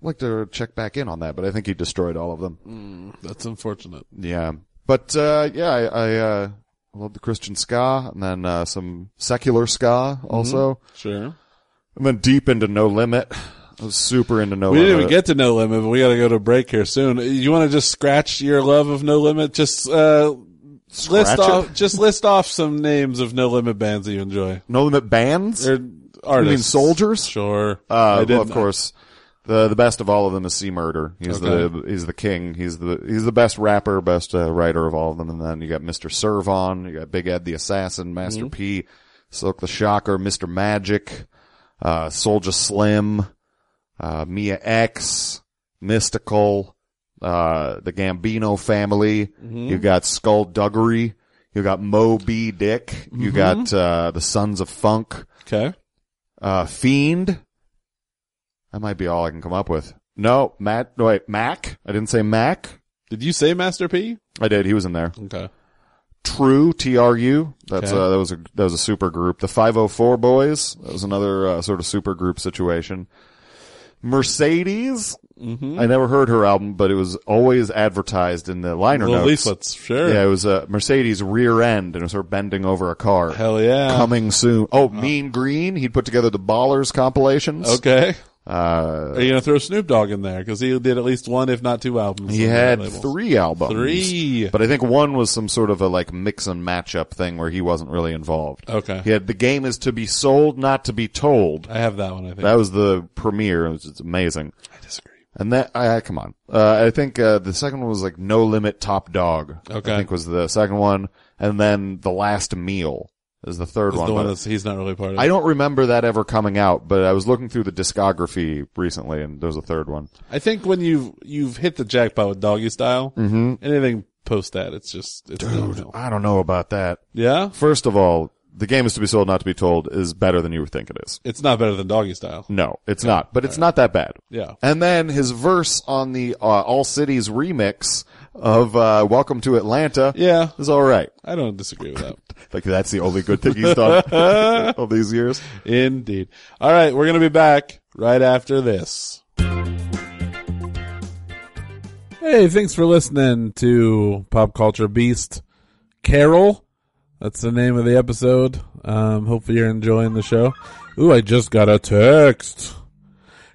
like to check back in on that, but I think he destroyed all of them.
Mm. That's unfortunate.
Yeah. But, uh, yeah, I, I, uh, love the Christian ska and then, uh, some secular ska
Mm-hmm.
also.
Sure.
And then deep into No Limit. I was super into No
We
Limit.
didn't even get to No Limit, but we got to go to break here soon. You want to just scratch your love of No Limit? Just uh, list
it?
off, just list off some names of No Limit bands that you enjoy
No Limit bands?
or artists.
soldiers?
Sure. I
Uh, well,
didn't-
of course. The, the best of all of them is C Murder. He's the, he's the king. He's the, he's the best rapper, best uh, writer of all of them. And then you got Mr. Servon, you got Big Ed the Assassin, Master P, Silk the Shocker, Mr. Magic, uh, Soldier Slim, uh, Mia X, Mystical, uh, the Gambino family. You got Skullduggery. You got Moby Dick. You got, uh, the Sons of Funk.
Okay.
Uh, Fiend. That might be all I can come up with. No, Matt, no, wait, Mac. I didn't say Mac.
Did you say Master P?
I did. He was in there.
Okay.
True, T-R-U. That's,
Okay.
uh, that was a, that was a super group. The 504 Boys. That was another, uh, sort of super group situation. Mercedes.
Mm-hmm.
I never heard her album, but it was always advertised in the liner
Little
notes.
leaflets. Sure.
Yeah, it was a Mercedes rear end and it was her bending over a car.
Hell yeah.
Coming soon. Oh, Mean Green. He'd put together the Ballers compilations.
Okay.
Uh,
Are you gonna throw Snoop Dogg in there? Because he did at least one, if not two albums.
He
on that
had
label.
three albums.
Three.
But I think one was some sort of a like mix and match up thing where he wasn't really involved.
Okay.
He had The Game is to be sold, not to be told.
I have that one. I think.
That was the premiere. It was just amazing.
I disagree.
And that, I, I- come on. Uh, I think, uh, the second one was like No Limit Top Dog.
Okay.
I think was the second one. And then The Last Meal is the third
It's
one.
the one
but
that's he's not really part of.
I don't remember that ever coming out, but I was looking through the discography recently and there's a third one.
I think when you've you've hit the jackpot with doggy style, anything post that, it's just it's downhill.
I don't know about that.
Yeah,
First of all, the game is to be sold, not to be told is better than you would think it is.
it's not better than doggy style.
No, it's not, but it's not that bad.
Yeah.
And then his verse on the uh, All Cities remix of uh, Welcome to Atlanta
Yeah,
is all right.
I don't disagree with that.
Like that's the only good thing he's done all these years.
Indeed. All right, we're going to be back right after this. Hey, thanks for listening to Pop Culture Beast Carol. That's the name of the episode. Um, hopefully you're enjoying the show. Ooh, I just got a text.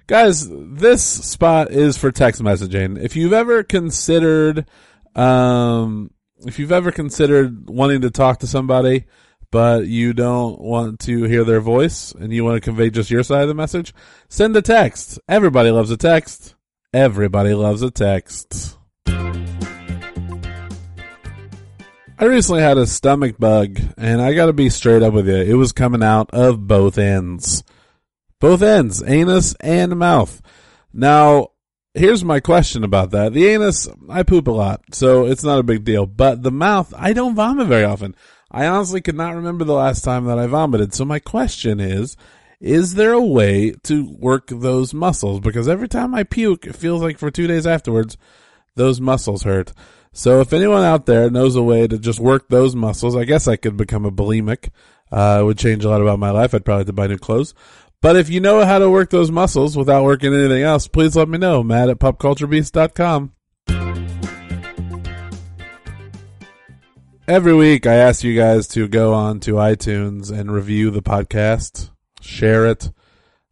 Guys, this spot is for text messaging. If you've ever considered, um, if you've ever considered wanting to talk to somebody, but you don't want to hear their voice and you want to convey just your side of the message, send a text. Everybody loves a text. Everybody loves a text. I recently had a stomach bug, and I gotta be straight up with you. It was coming out of both ends. Both ends, anus and mouth. Now, here's my question about that. The anus, I poop a lot, so it's not a big deal. But the mouth, I don't vomit very often. I honestly could not remember the last time that I vomited. So my question is, is there a way to work those muscles? Because every time I puke, it feels like for two days afterwards, those muscles hurt. So if anyone out there knows a way to just work those muscles, I guess I could become a bulimic. Uh, it would change a lot about my life. I'd probably have to buy new clothes. But if you know how to work those muscles without working anything else, please let me know. Matt at popculturebeast.com. Every week, I ask you guys to go on to iTunes and review the podcast, share it,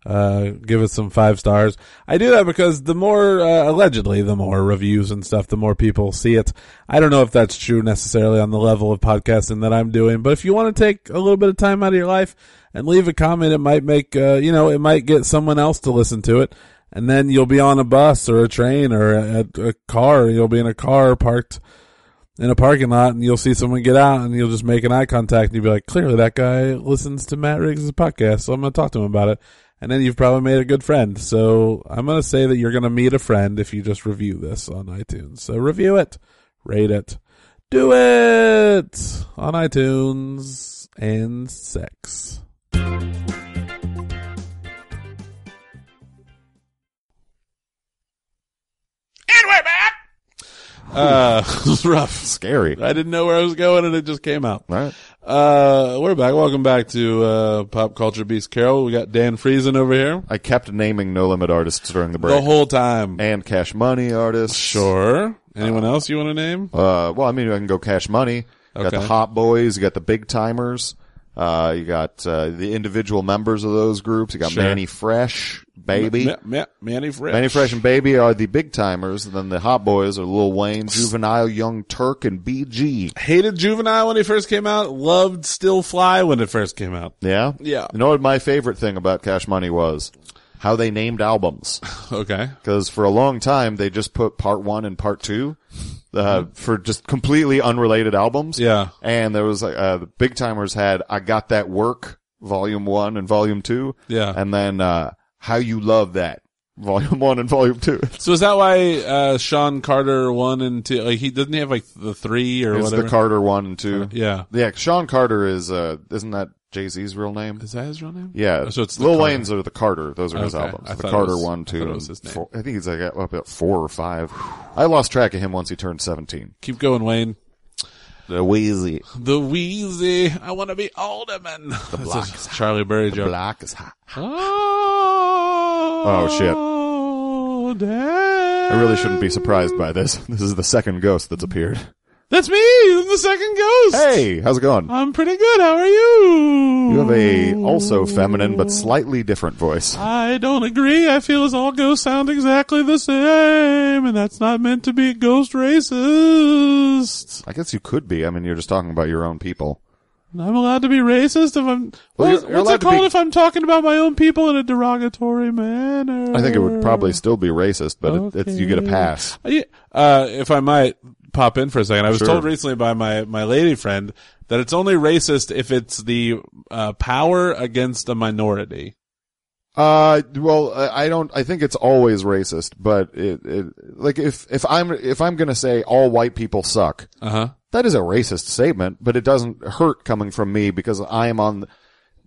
uh, give us some five stars. I do that because the more, uh, allegedly, the more reviews and stuff, the more people see it. I don't know if that's true necessarily on the level of podcasting that I'm doing, but if you want to take a little bit of time out of your life and leave a comment, it might make, uh, you know, it might get someone else to listen to it. And then you'll be on a bus or a train or a, a car. You'll be in a car parked in a parking lot and you'll see someone get out and you'll just make an eye contact and you'll be like, clearly that guy listens to Matt Riggs' podcast, so I'm going to talk to him about it. And then you've probably made a good friend. So I'm going to say that you're going to meet a friend if you just review this on iTunes. So review it, rate it, do it on iTunes and sex.
And we're back.
Uh, it was rough.
Scary.
I didn't know where I was going and it just came out.
All right.
Uh, we're back. Welcome back to, uh, Pop Culture Beast Carol. We got Dan Friesen over here.
I kept naming No Limit artists during the break.
The whole time.
and Cash Money artists.
Sure. Anyone else you want to name?
Uh, well, I mean, I can go Cash Money. You got
Okay.
the Hot Boys. You got the Big Timers. Uh, you got uh, the individual members of those groups. You got
Sure.
Manny Fresh, Baby.
Ma- Ma- Manny Fresh.
Manny Fresh and Baby are the Big Timers. And then the Hot Boys are Lil Wayne, Juvenile, Young Turk, and BG.
Hated Juvenile when he first came out. Loved Still Fly when it first came out.
Yeah?
Yeah.
You know what my favorite thing about Cash Money was? How they named albums.
Okay.
because for a long time they just put part one and part two uh,
Mm-hmm.
for just completely unrelated albums.
Yeah.
and there was like uh, the big timers had "I Got That Work" volume one and volume two.
Yeah.
and then uh, "How You Love That" volume one and volume two. It's
So is that why uh, Sean Carter one and two? Like he doesn't he have like the three or whatever. Uh,
the Carter one and two.
yeah.
yeah. Sean Carter is uh, isn't that Jay Z's real name?
Is that his real name?
Yeah,
So it's the
Lil
Carter.
Wayne's or the Carter. Those are his
Okay.
albums.
I
the
thought it
Carter
was-
one,
I
two,
thought it
and
was his name.
four. I think he's like up at four or five. I lost track of him once he turned seventeen.
Keep going, Wayne.
The Wheezy.
The Wheezy. I want to be alderman. The
block
Charlie Berry joke.
Black is hot.
Oh,
shit.
Alderman.
I really shouldn't be surprised by this. This is the second ghost that's appeared.
That's me. I'm the second ghost.
Hey, how's it going?
I'm pretty good. How are you?
You have a also feminine but slightly different voice.
I don't agree. I feel as all ghosts sound exactly the same, and that's not meant to be ghost racist.
I guess you could be. I mean, you're just talking about your own people.
I'm allowed to be racist if I'm.
Well,
What-
you're- you're
what's
allowed
it
to be-
called if I'm talking about my own people in a derogatory manner?
I think it would probably still be racist, but it, it's, you get a
Oh. Okay.
pass.
Uh, yeah, Uh, if I might pop in for a second, I was
Sure.
told recently by my, my lady friend that it's only racist if it's the uh, power against a minority.
Uh, well, I I don't. I think it's always racist, but it, it like if if I'm if I'm gonna say all white people suck,
Uh huh.
that is a racist statement, but it doesn't hurt coming from me because I am on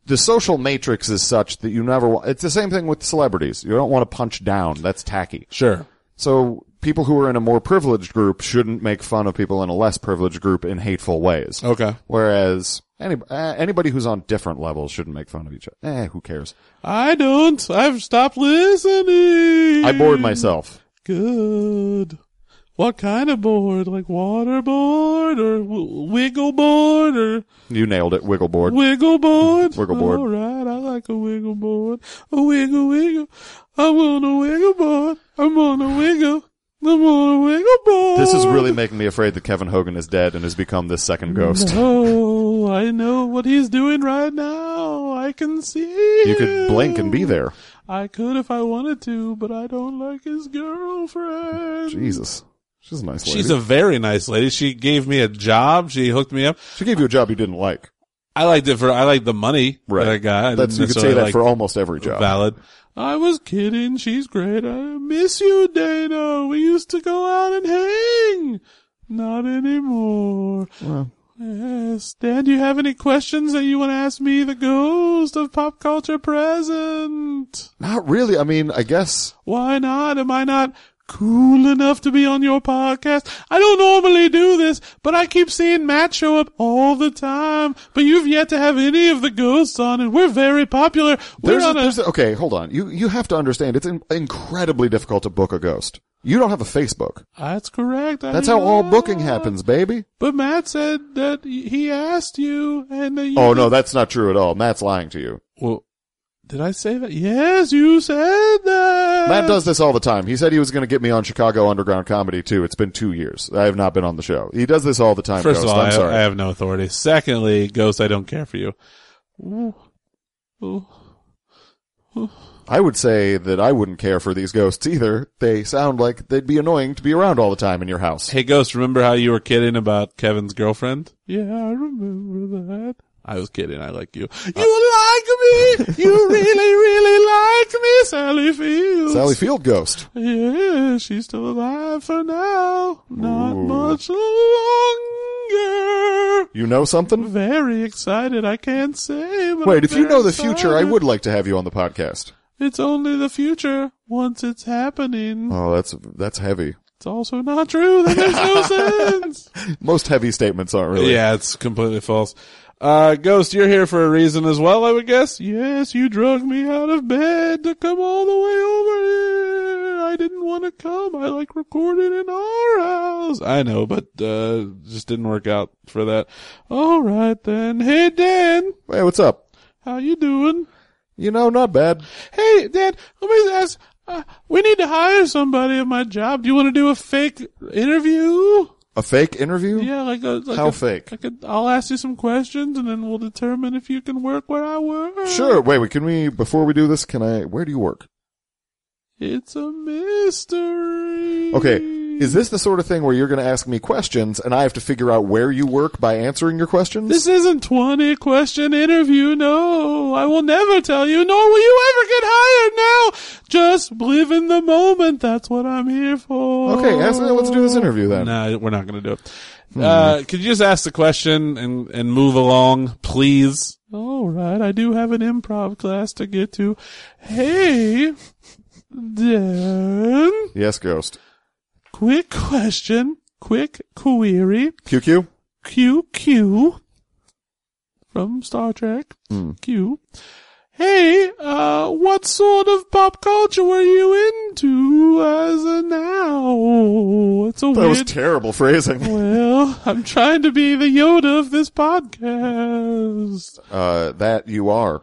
the social matrix is such that you never want, it's the same thing with celebrities. You don't want to punch down. That's tacky.
Sure.
So people who are in a more privileged group shouldn't make fun of people in a less privileged group in hateful ways.
Okay.
Whereas any, uh, anybody who's on different levels shouldn't make fun of each other. Eh, who cares?
I don't. I've stopped listening.
I bored myself.
Good. What kind of board? Like water board or w- wiggle board or
You nailed it, wiggle board.
wiggle board?
Wiggle board.
All right, I like a wiggle board. A wiggle wiggle. I'm on a wiggle board. I'm on a wiggle. I'm on a wiggle board.
This is really making me afraid that Kevin Hogan is dead and has become this second ghost.
Oh, I know what he's doing right now. I can see.
You could blink and be
him.
there.
I could if I wanted to, but I don't like his girlfriend.
Jesus. She's a nice lady.
She's a very nice lady. She gave me a job. She hooked me up.
she gave you a job you didn't like.
I liked it for I liked the money
Right.
that I got. I
That's, you
didn't
could say that
necessarily
for
like
almost every job.
valid. I was kidding. She's great. I miss you, Dana. We used to go out and hang. Not anymore.
Well.
Yes. Dan, do you have any questions that you want to ask me, the ghost of pop culture present?
Not really. I mean, I guess
Why not? Am I not cool enough to be on your podcast? I don't normally do this, but I keep seeing Matt show up all the time. But you've yet to have any of the ghosts on, and we're very popular. We're
there's, a,
on a,
there's a- okay. Hold on. You you have to understand. It's in, incredibly difficult to book a ghost. You don't have a Facebook.
that's correct. I
That's
did
how all
not.
booking happens, baby.
But Matt said that he asked you, and that you
Oh no, that's not true at all. Matt's lying to you.
Well, did I say that? Yes, you said that.
Matt does this all the time. He said he was going to get me on Chicago Underground Comedy too. It's been two years. I have not been on the show. He does this all the time.
First
Ghost.
of all,
I'm
I,
sorry.
I have no authority. Secondly, Ghost, I don't care for you. Ooh. Ooh.
I would say that I wouldn't care for these ghosts either. They sound like they'd be annoying to be around all the time in your house.
Hey, Ghost, remember how you were kidding about Kevin's girlfriend? Yeah, I remember that. I was kidding. I like you. Uh, You like me. You really, really like me, Sally Fields.
Sally Field Ghost.
Yeah, she's still alive for now. Not
Ooh.
much longer.
You know something?
Very excited. I can't say. But
Wait,
I'm
if you
very
know the future, I
excited.
would like to have you on the podcast.
It's only the future once it's happening.
Oh, that's that's heavy.
It's also not true. That makes no sense.
Most heavy statements aren't really.
Yeah, it's completely false. Uh, Ghost, you're here for a reason as well, I would guess. Yes, you drug me out of bed to come all the way over here. I didn't want to come. I like recording in our house. I know, but, uh, just didn't work out for that. All right then. Hey, Dan.
Hey, what's up?
How you doing?
You know, not bad.
Hey, Dad, let me ask. Uh, we need to hire somebody at my job. Do you want to do a fake interview?
A fake interview?
Yeah, like a like
How
a,
fake?
Like a, I'll ask you some questions, and then we'll determine if you can work where I work.
Sure. Wait, wait, can we? Before we do this, can I? Where do you work?
It's a mystery.
Okay. Is this the sort of thing where you're going to ask me questions and I have to figure out where you work by answering your questions?
This isn't twenty question interview. No, I will never tell you. Nor will you ever get hired. Now, just live in the moment. That's what I'm here for.
okay. Ask me. Let's do this interview then. Hmm.
No, we're not going to do it. Uh, could you just ask the question and, and move along, please? All right. I do have an improv class to get to. Hey, Dan,
Yes, ghost.
quick question, quick query.
QQ.
QQ from Star Trek.
Hmm.
Q. Hey, uh, what sort of pop culture were you into as a now? It's a
That was
weird
terrible phrasing.
well, I'm trying to be the Yoda of this podcast.
Uh, that you are.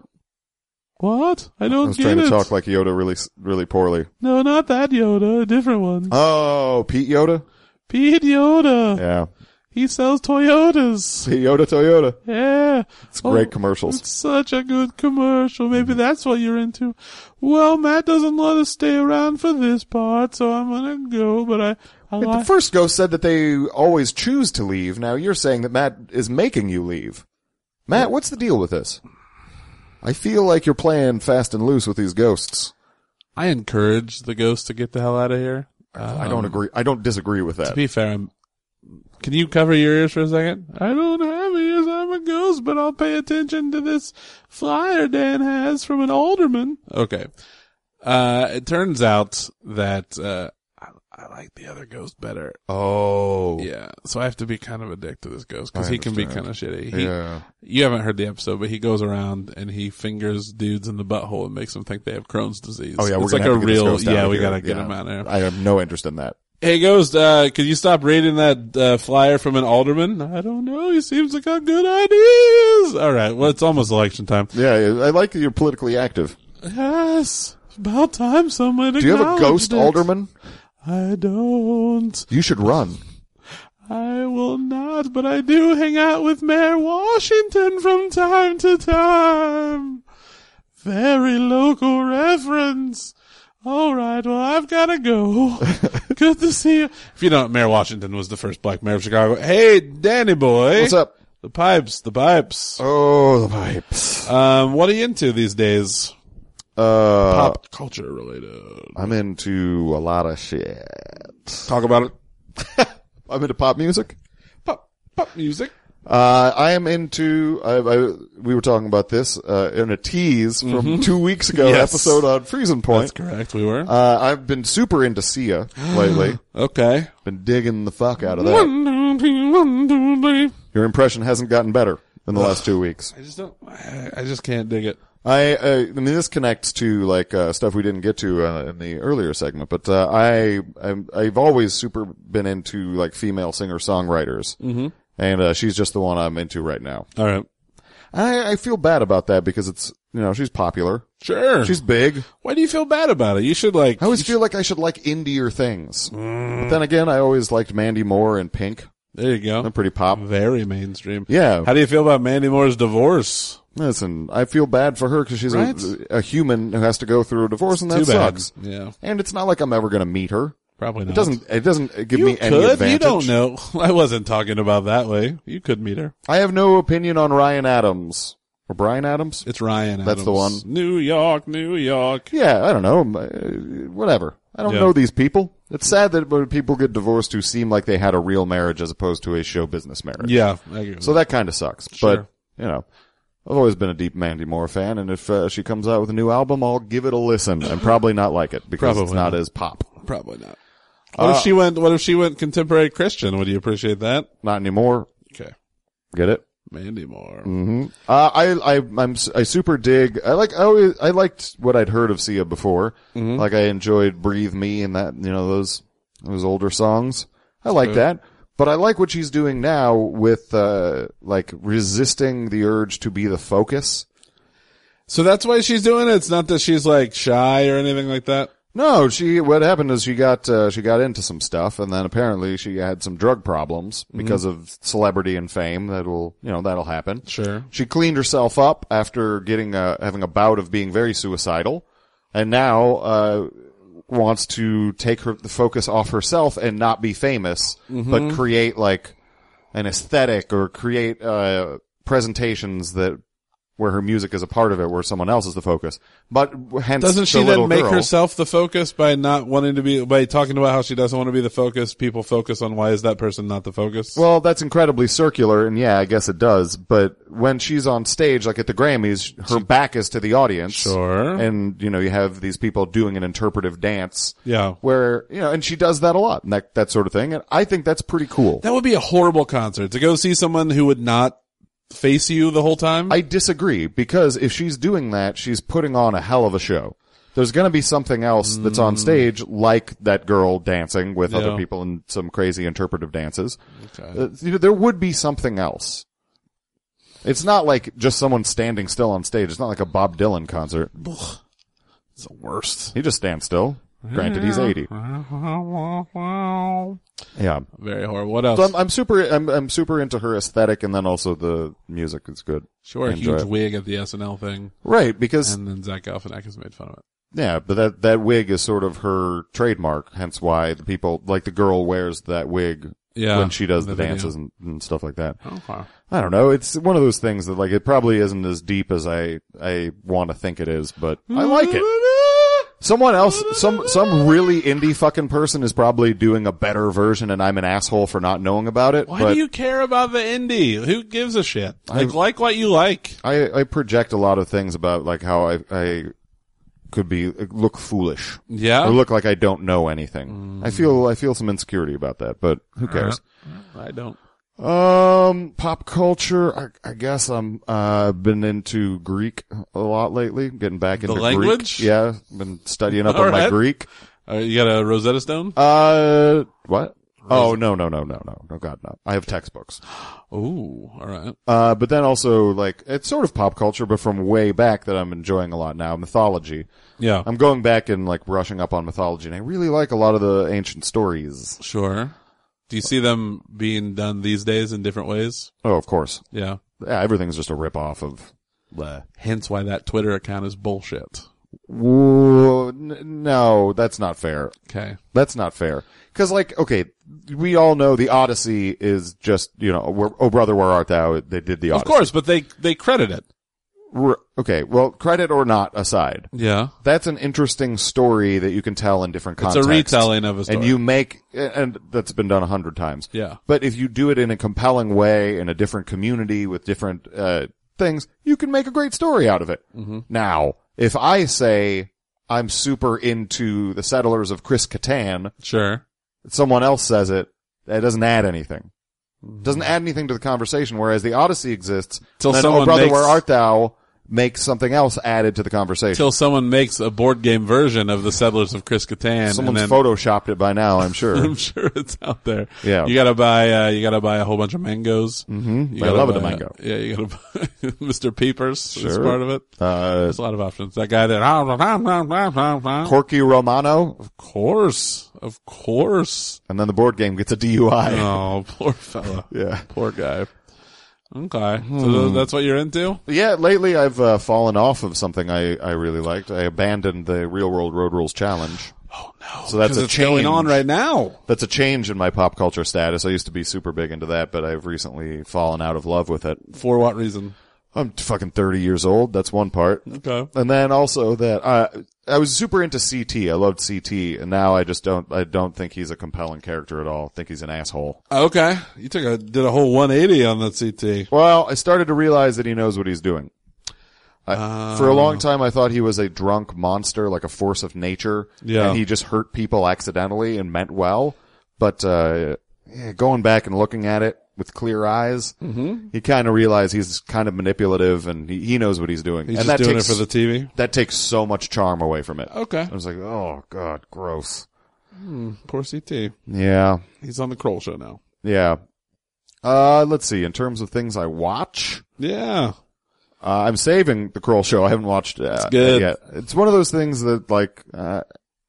What? I don't
I was
get
trying
it.
to talk like Yoda really, really poorly.
no, not that Yoda. A different one.
Oh, Pete Yoda.
Pete Yoda.
Yeah,
He sells Toyotas.
Pete Yoda Toyota.
Yeah.
It's
Oh,
great Mm-hmm. commercials.
It's such a good commercial. Maybe that's what you're into. Well, Matt doesn't let us stay around for this part, so I'm gonna go, but I, I
The
like,
first ghost said that they always choose to leave. Now you're saying that Matt is making you leave. Matt, what's the deal with this? I feel like you're playing fast and loose with these ghosts.
I encourage the ghost to get the hell out of here. Um,
I don't agree. I don't disagree with
To
that.
be fair, I'm, can you cover your ears for a second? I don't have ears. I'm a ghost, but I'll pay attention to this flyer Dan has from an alderman. Okay. Uh, it turns out that, uh, I- I like the other ghost better.
Oh.
Yeah, so I have to be kind of a dick to this ghost because
I
he can be kind of
understand.
shitty. He,
yeah.
You haven't heard the episode, but he goes around and he fingers dudes in the butthole and makes them think they have Crohn's disease.
Oh yeah, we're
it's
gonna
like
have
a
to get this
real.
ghost out
yeah,
of
we
here.
gotta get
Yeah.
him out of there.
I have no interest in that.
Hey, Ghost, uh, could you stop reading that uh, flyer from an alderman? I don't know. He seems to got good ideas. All right. Well, it's almost election time.
Yeah, I like that you're politically active.
Yes. it's About time someone
Do you have a ghost
it.
alderman?
I don't.
You should run.
I will not, but I do hang out with Mayor Washington from time to time. Very local reference. All right, well, I've got to go. Good to see you. If you don't, Mayor Washington was the first black mayor of Chicago. Hey, Danny boy.
What's up?
The pipes, the pipes.
Oh, the pipes.
Um, what are you into these days?
Uh,
Pop culture related.
I'm into a lot of shit.
Talk about it.
I'm into pop music.
Pop, pop music.
Uh, I am into. I, I, we were talking about this uh, in a tease from two weeks ago
Mm-hmm. Yes.
episode on Freezing
That's
Point.
correct. We were.
Uh, I've been super into Sia lately.
okay.
been digging the fuck out of
uh, Mm-hmm.
that.
One, two, three, one, two, three.
Your impression hasn't gotten better in the last two weeks.
I just don't. I, I just can't dig it.
I, uh, I mean, this connects to like uh, stuff we didn't get to uh, in the earlier segment, but uh, I, I'm, I've always super been into like female singer songwriters, mm-hmm. and uh, she's just the one I'm into right now.
All right.
I, I feel bad about that because it's you know she's popular,
Sure.
she's big.
Why do you feel bad about it? You should like.
I always feel like I should like indier things, but then again, I always liked Mandy Moore and Pink.
There you go.
I'm pretty pop.
Very mainstream.
Yeah.
How do you feel about Mandy Moore's divorce?
Listen, I feel bad for her because she's
Right?
a, a human who has to go through a divorce, and that
Too bad.
sucks.
Yeah.
And it's not like I'm ever going to meet her.
Probably not.
It doesn't it doesn't give
You
me any
could.
advantage.
You don't know. I wasn't talking about that way. You could meet her.
I have no opinion on Ryan Adams or Brian Adams.
It's Ryan.
That's the
Adams. New York, New York.
Yeah, I don't know. uh, Whatever. I don't
Yeah.
know these people. It's sad that when people get divorced who seem like they had a real marriage as opposed to a show business marriage.
Yeah. I agree with
So that kind of sucks.
Sure.
But, you know, I've always been a deep Mandy Moore fan, and if uh, she comes out with a new album, I'll give it a listen and probably not like it because it's
Probably
not
not.
as pop.
that. probably not. Uh, What if she went? What if she went contemporary Christian? Would you appreciate that?
Not anymore.
Okay.
Get it?
Mandy Moore.
Uh, I, I, I'm, s- I super dig. I like, I always, I liked what I'd heard of Sia before.
Mm-hmm.
Like I enjoyed Breathe Me and that, you know, those, those older songs. I like that. But I like what she's doing now with, uh, like resisting the urge to be the focus.
So that's why she's doing it. It's not that she's like shy or anything like that.
No, she, what happened is she got, uh, she got into some stuff and then apparently she had some drug problems
Mm-hmm.
because of celebrity and fame. That'll, you know, that'll happen.
Sure.
She cleaned herself up after getting a, having a bout of being very suicidal, and now uh, wants to take her the focus off herself and not be famous,
Mm-hmm.
but create like an aesthetic or create uh, presentations that where her music is a part of it, where someone else is the focus. But hence,
Doesn't
the
she
little
then make
girl-
herself the focus by not wanting to be by talking about how she doesn't want to be the focus? People focus on why is that person not the focus?
Well, that's incredibly circular, and yeah, I guess it does. But when she's on stage, like at the Grammys, her back is to the audience.
Sure.
And, you know, you have these people doing an interpretive dance.
Yeah.
Where, you know, and she does that a lot, and that, that sort of thing. And I think that's pretty cool.
that would be a horrible concert to go see someone who would not face you the whole time.
I disagree, because if she's doing that, she's putting on a hell of a show. There's gonna be something else that's on stage, like that girl dancing with other
Mm. Yeah.
people in some crazy interpretive dances. Uh, you know, there would be something else. It's not like just someone standing still on stage. It's not like a Bob Dylan concert.
it's the worst.
He just stands still. Granted, he's 80. Yeah.
Very horrible. What else?
So I'm, I'm super, I'm, I'm super into her aesthetic and then also the music is good.
she wore a
Enjoy
huge
it.
wig at the SNL thing,
Right. Because,
and then Zach Galifianakis made fun of it.
yeah, but that, that wig is sort of her trademark. Hence why the people, like the girl wears that wig
Yeah,
when she does the,
the video.
dances and, and stuff like that.
Okay.
I don't know. It's one of those things that like, it probably isn't as deep as I, I want to think it is, but I like it. Someone else, some some really indie fucking person is probably doing a better version, and I'm an asshole for not knowing about it.
Why
but
do you care about the indie? Who gives a shit? Like, like what you like.
I I project a lot of things about like how I I could be look foolish
Yeah.
or look like I don't know
Mm.
anything. I feel I feel some insecurity about that, but who
Uh,
cares?
I don't.
Um, pop culture. I, I guess I'm uh been into Greek a lot lately. Getting back into
language?
Greek. Yeah, been studying up
All
on my
right.
Greek.
Uh, you got a Rosetta Stone?
Uh, what? Oh no no no no no no God no! I have textbooks.
Ooh, all right.
Uh, but then also like it's sort of pop culture, but from way back that I'm enjoying a lot now. Mythology.
Yeah,
I'm going back and like brushing up on mythology, and I really like a lot of the ancient stories.
sure. Do you see them being done these days in different ways?
Oh, of course.
Yeah.
Yeah, everything's just a rip off of.
Hence why that Twitter account is bullshit.
Whoa, n- no, that's not fair.
Okay.
That's not fair. Cause like, okay, we all know the Odyssey is just, you know, where, oh brother, where art thou? They did the
Of
Odyssey.
course, but they they credit it.
R- okay, well, credit or not aside,
Yeah.
that's an interesting story that you can tell in different
It's
contexts.
a retelling of a story.
And you make, and that's been done a hundred times.
Yeah.
But if you do it in a compelling way, in a different community with different, uh, things, you can make a great story out of it.
Mm-hmm.
Now, if I say, I'm super into the settlers of Chris Catan,
Sure.
someone else says it, that doesn't add anything. Doesn't add anything to the conversation, whereas the Odyssey exists.
Mm-hmm. Till
then,
someone
oh brother,
makes-
where art thou? Makes something else added to the conversation.
Till someone makes a board game version of the Settlers of Chris Catan.
Someone's
and then,
photoshopped it by now, I'm sure.
I'm sure it's out there.
Yeah.
You gotta buy. Uh, you gotta buy a whole bunch of mangoes. Mm-hmm. You
I
gotta
love a
buy-
mango.
Yeah. You gotta buy Mr. Peepers. Sure. Is
Sure.
part of it.
Uh,
There's a lot of options. That guy that. "Ah, Of
Corky Romano,
course. Of course.
and then the board game gets a DUI.
Oh, poor fella.
Yeah. Hmm.
Poor guy. Okay. So that's what you're into?
Yeah, lately I've uh, fallen off of something I, I really liked. I abandoned the Real World Road Rules Challenge.
Oh, no.
So that's a
it's going
change.
on right now.
That's a change in my pop culture status. I used to be super big into that, but I've recently fallen out of love with it.
For what reason?
I'm t- fucking 30 years old. That's one part.
Okay.
And then also that uh, I was super into CT. I loved CT, and now I just don't. I don't think he's a compelling character at all. I think he's an asshole.
Okay. You took a, did a whole 180 on that CT.
Well, I started to realize that he knows what he's doing. I, for a
Oh.
long time, I thought he was a drunk monster, like a force of nature,
Yeah.
and he just hurt people accidentally and meant well. But uh, yeah, going back and looking at it with clear eyes,
Mm-hmm.
mm he kind of realized he's kind of manipulative, and he, he knows what he's doing.
He's
and
just
that
doing
takes
it for the TV.
that takes so much charm away from it.
Okay.
I was like, oh god, gross.
Poor CT.
Yeah,
He's on the Kroll show now.
yeah. Uh, let's see. In terms of things I watch,
Yeah.
Uh, I'm saving the Kroll show. I haven't watched uh,
good.
it yet. It's one of those things that like uh,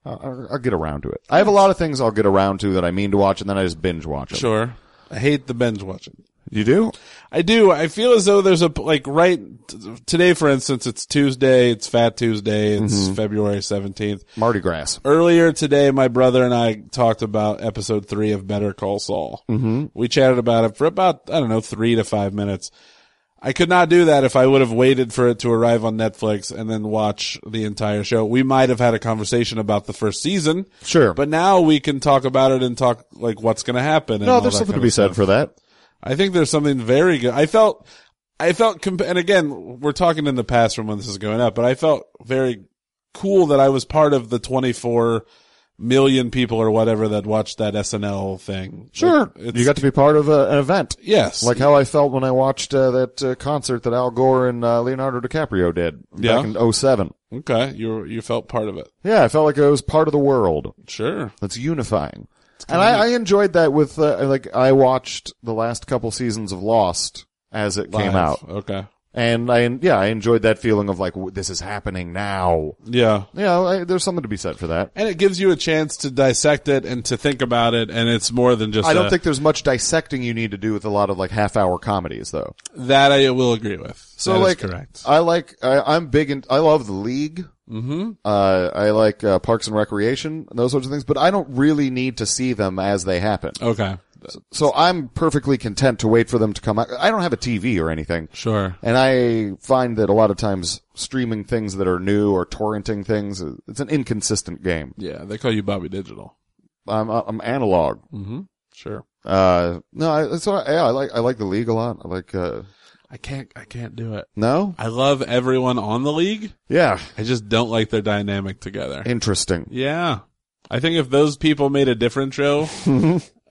I'll, I'll get around to it. I have a lot of things I'll get around to that I mean to watch, and then I just binge watch them.
Sure. I hate the binge watching.
You do?
I do. I feel as though there's a like right t- today, for instance, it's Tuesday. It's Fat Tuesday. It's
Mm-hmm.
February seventeenth.
Mardi Gras.
Earlier today, my brother and I talked about episode three of Better Call Saul. Mm-hmm. We chatted about it for about I don't know three to five minutes. I could not do that if I would have waited for it to arrive on Netflix and then watch the entire show. We might have had a conversation about the first season,
Sure,
but now we can talk about it and talk like what's going to happen. and
no,
all
there's
that
something to
kind
be
of
said
stuff.
for that.
I think there's something very good. I felt, I felt, comp- and again, we're talking in the past from when this is going up, but I felt very cool that I was part of the 24 million people or whatever that watched that SNL thing.
Sure,
It-
you got to be part of a, an event,
yes.
like how I felt when I watched uh, that uh, concert that Al Gore and uh, Leonardo DiCaprio did
Yeah.
back in 07.
okay, you you felt part of it.
Yeah, I felt like I was part of the world.
Sure.
That's unifying. And I, I enjoyed that with uh, like I watched the last couple seasons of Lost as it came
Live.
out,
Okay.
and I yeah I enjoyed that feeling of like w- this is happening now.
Yeah.
Yeah, I, there's something to be said for that.
And it gives you a chance to dissect it and to think about it. And it's more than just,
I don't
a-
think there's much dissecting you need to do with a lot of like half hour comedies though.
that I will agree with.
So
That is
like
correct.
I like I, I'm big in I love the league. Mm-hmm. Uh, I like uh, Parks and Recreation and those sorts of things, but I don't really need to see them as they happen.
okay.
So I'm perfectly content to wait for them to come out. I don't have a TV or anything.
Sure.
And I find that a lot of times streaming things that are new or torrenting things, it's an inconsistent game.
Yeah. They call you Bobby Digital.
I'm, I'm analog.
Sure.
Uh, no, I, so I, yeah, I like, I like the league a lot. I like, uh,
I can't. I can't do it.
No?
I love everyone on the league.
Yeah.
I just don't like their dynamic together.
Interesting.
Yeah. I think if those people made a different show,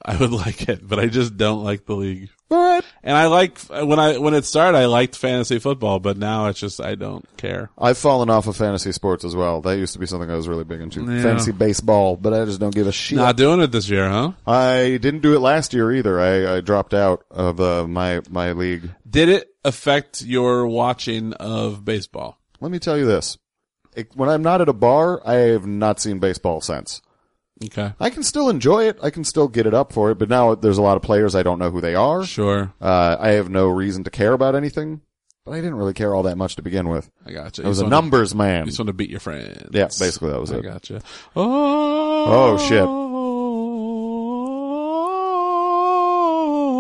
I would like it, but I just don't like the league.
But
And I like when I when it started I liked fantasy football, but now it's just I don't care.
I've fallen off of fantasy sports as well. That used to be something I was really big into.
Yeah.
Fantasy baseball, but I just don't give a shit.
Not doing it this year, huh?
I didn't do it last year either. I, I dropped out of uh, my my league.
Did it affect your watching of baseball?
Let me tell you this: It- when I'm not at a bar, I have not seen baseball since.
Okay.
I can still enjoy it. I can still get it up for it. But now there's a lot of players I don't know who they are.
Sure.
Uh, I have no reason to care about anything. But I didn't really care all that much to begin with.
I gotcha.
I was
you just
a
wanna-
numbers
you
man.
just want to beat your friends.
Yeah, basically that was
I
it.
gotcha. Oh.
Oh, shit.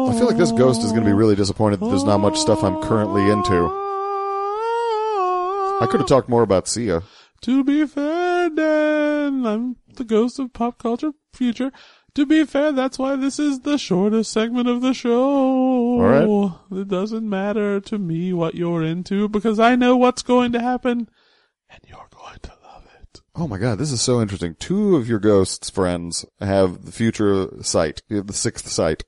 I feel like this ghost is going to be really disappointed that there's not much stuff I'm currently into. I could have talked more about Sia.
To be fair, Dan, I'm the ghost of pop culture future. To be fair, that's why this is the shortest segment of the show. All
right.
It doesn't matter to me what you're into because I know what's going to happen and you're going to love it.
Oh my god, this is so interesting. Two of your ghosts' friends have the future sight. You have the sixth sight.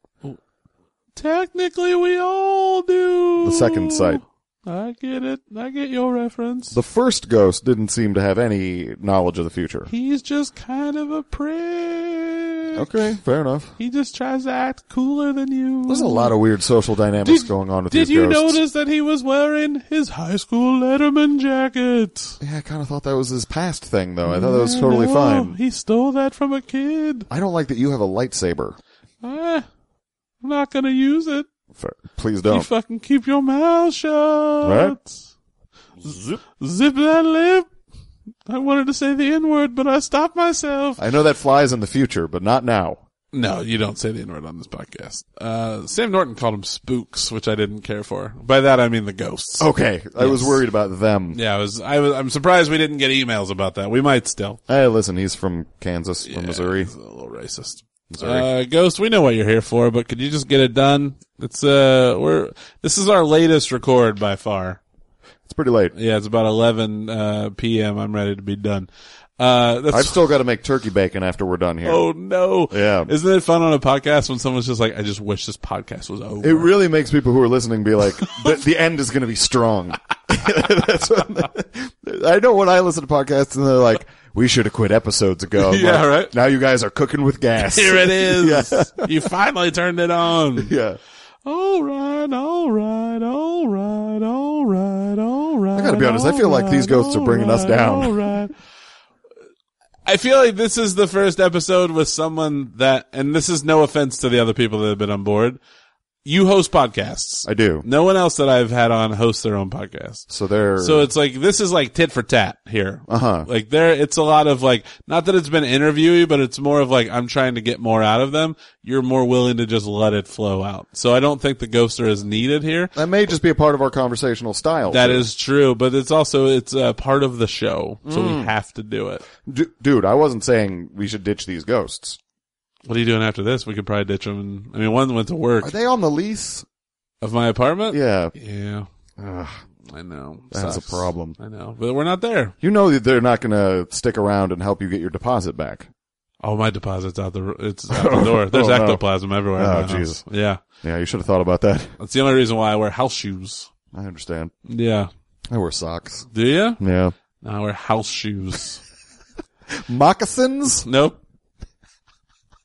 Technically, we all do.
The second sight.
I get it. I get your reference.
The first ghost didn't seem to have any knowledge of the future.
He's just kind of a prick.
Okay, fair enough.
He just tries to act cooler than you.
There's a lot of weird social dynamics
Did-
going on with
Did
these
you
ghosts.
notice that he was wearing his high school Letterman jacket?
Yeah, I kind of thought that was his past thing, though. I thought that was totally
No,
fine.
He stole that from a kid.
I don't like that you have a lightsaber.
Eh, I'm not gonna use it.
Fair. Please
You
don't.
fucking keep your mouth shut.
Zip.
Zip that lip. I wanted to say the N word, but I stopped myself.
I know that flies in the future, but not now.
No, you don't say the N word on this podcast. Uh, Sam Norton called them spooks, which I didn't care for. By that I mean the ghosts.
Okay, I was worried about them.
Yeah, I was, I was, I'm surprised we didn't get emails about that. We might still.
Hey, listen, he's from Kansas, from Missouri.
It's a little racist.
Missouri.
Uh, Ghost, we know what you're here for, but could you just get it done? It's, uh, we're, this is our latest record by far.
It's pretty late.
Yeah, it's about 11, uh, PM. I'm ready to be done. Uh, that's,
I've still got to make turkey bacon after we're done here.
oh no.
Yeah.
Isn't it fun on a podcast when someone's just like, I just wish this podcast was over.
It really makes people who are listening be like, the, the end is going to be strong. That's what, I know when I listen to podcasts and they're like, we should have quit episodes ago. I'm
Yeah,
like,
right.
Now you guys are cooking with gas.
Here it is. You finally turned it on.
yeah.
All right, all right, all right, all right, all right. I
gotta be honest, I feel like these ghosts are bringing us down.
All right. I feel like this is the first episode with someone that, and this is no offense to the other people that have been on board. You host podcasts.
I do.
No one else that I've had on hosts their own podcast.
So they're,
So it's like this is like tit for tat here.
Uh-huh.
Like there, it's a lot of like not that it's been interviewee, but it's more of like I'm trying to get more out of them. You're more willing to just let it flow out. So I don't think the ghoster is needed here.
that may just be a part of our conversational style.
That is true, but it's also it's a part of the show, so
Mm.
we have to do it.
Du- dude, I wasn't saying we should ditch these ghosts.
What are you doing after this? We could probably ditch them. And, I mean, one went to
Are
work
they on the lease?
of my apartment.
Yeah.
yeah,
Ugh,
I know.
that's a
Sucks.
problem.
I know, but we're not there.
You know that they're not going to stick around and help you get your deposit back.
Oh, my deposit's out the it's out the door. There's
Oh, no.
ectoplasm everywhere. in
Oh,
my house.
Jesus.
Yeah.
Yeah, you should have thought about that.
That's the only reason why I wear house shoes.
I understand.
Yeah.
I wear socks.
Do you?
Yeah.
No, I wear house shoes.
Moccasins?
nope.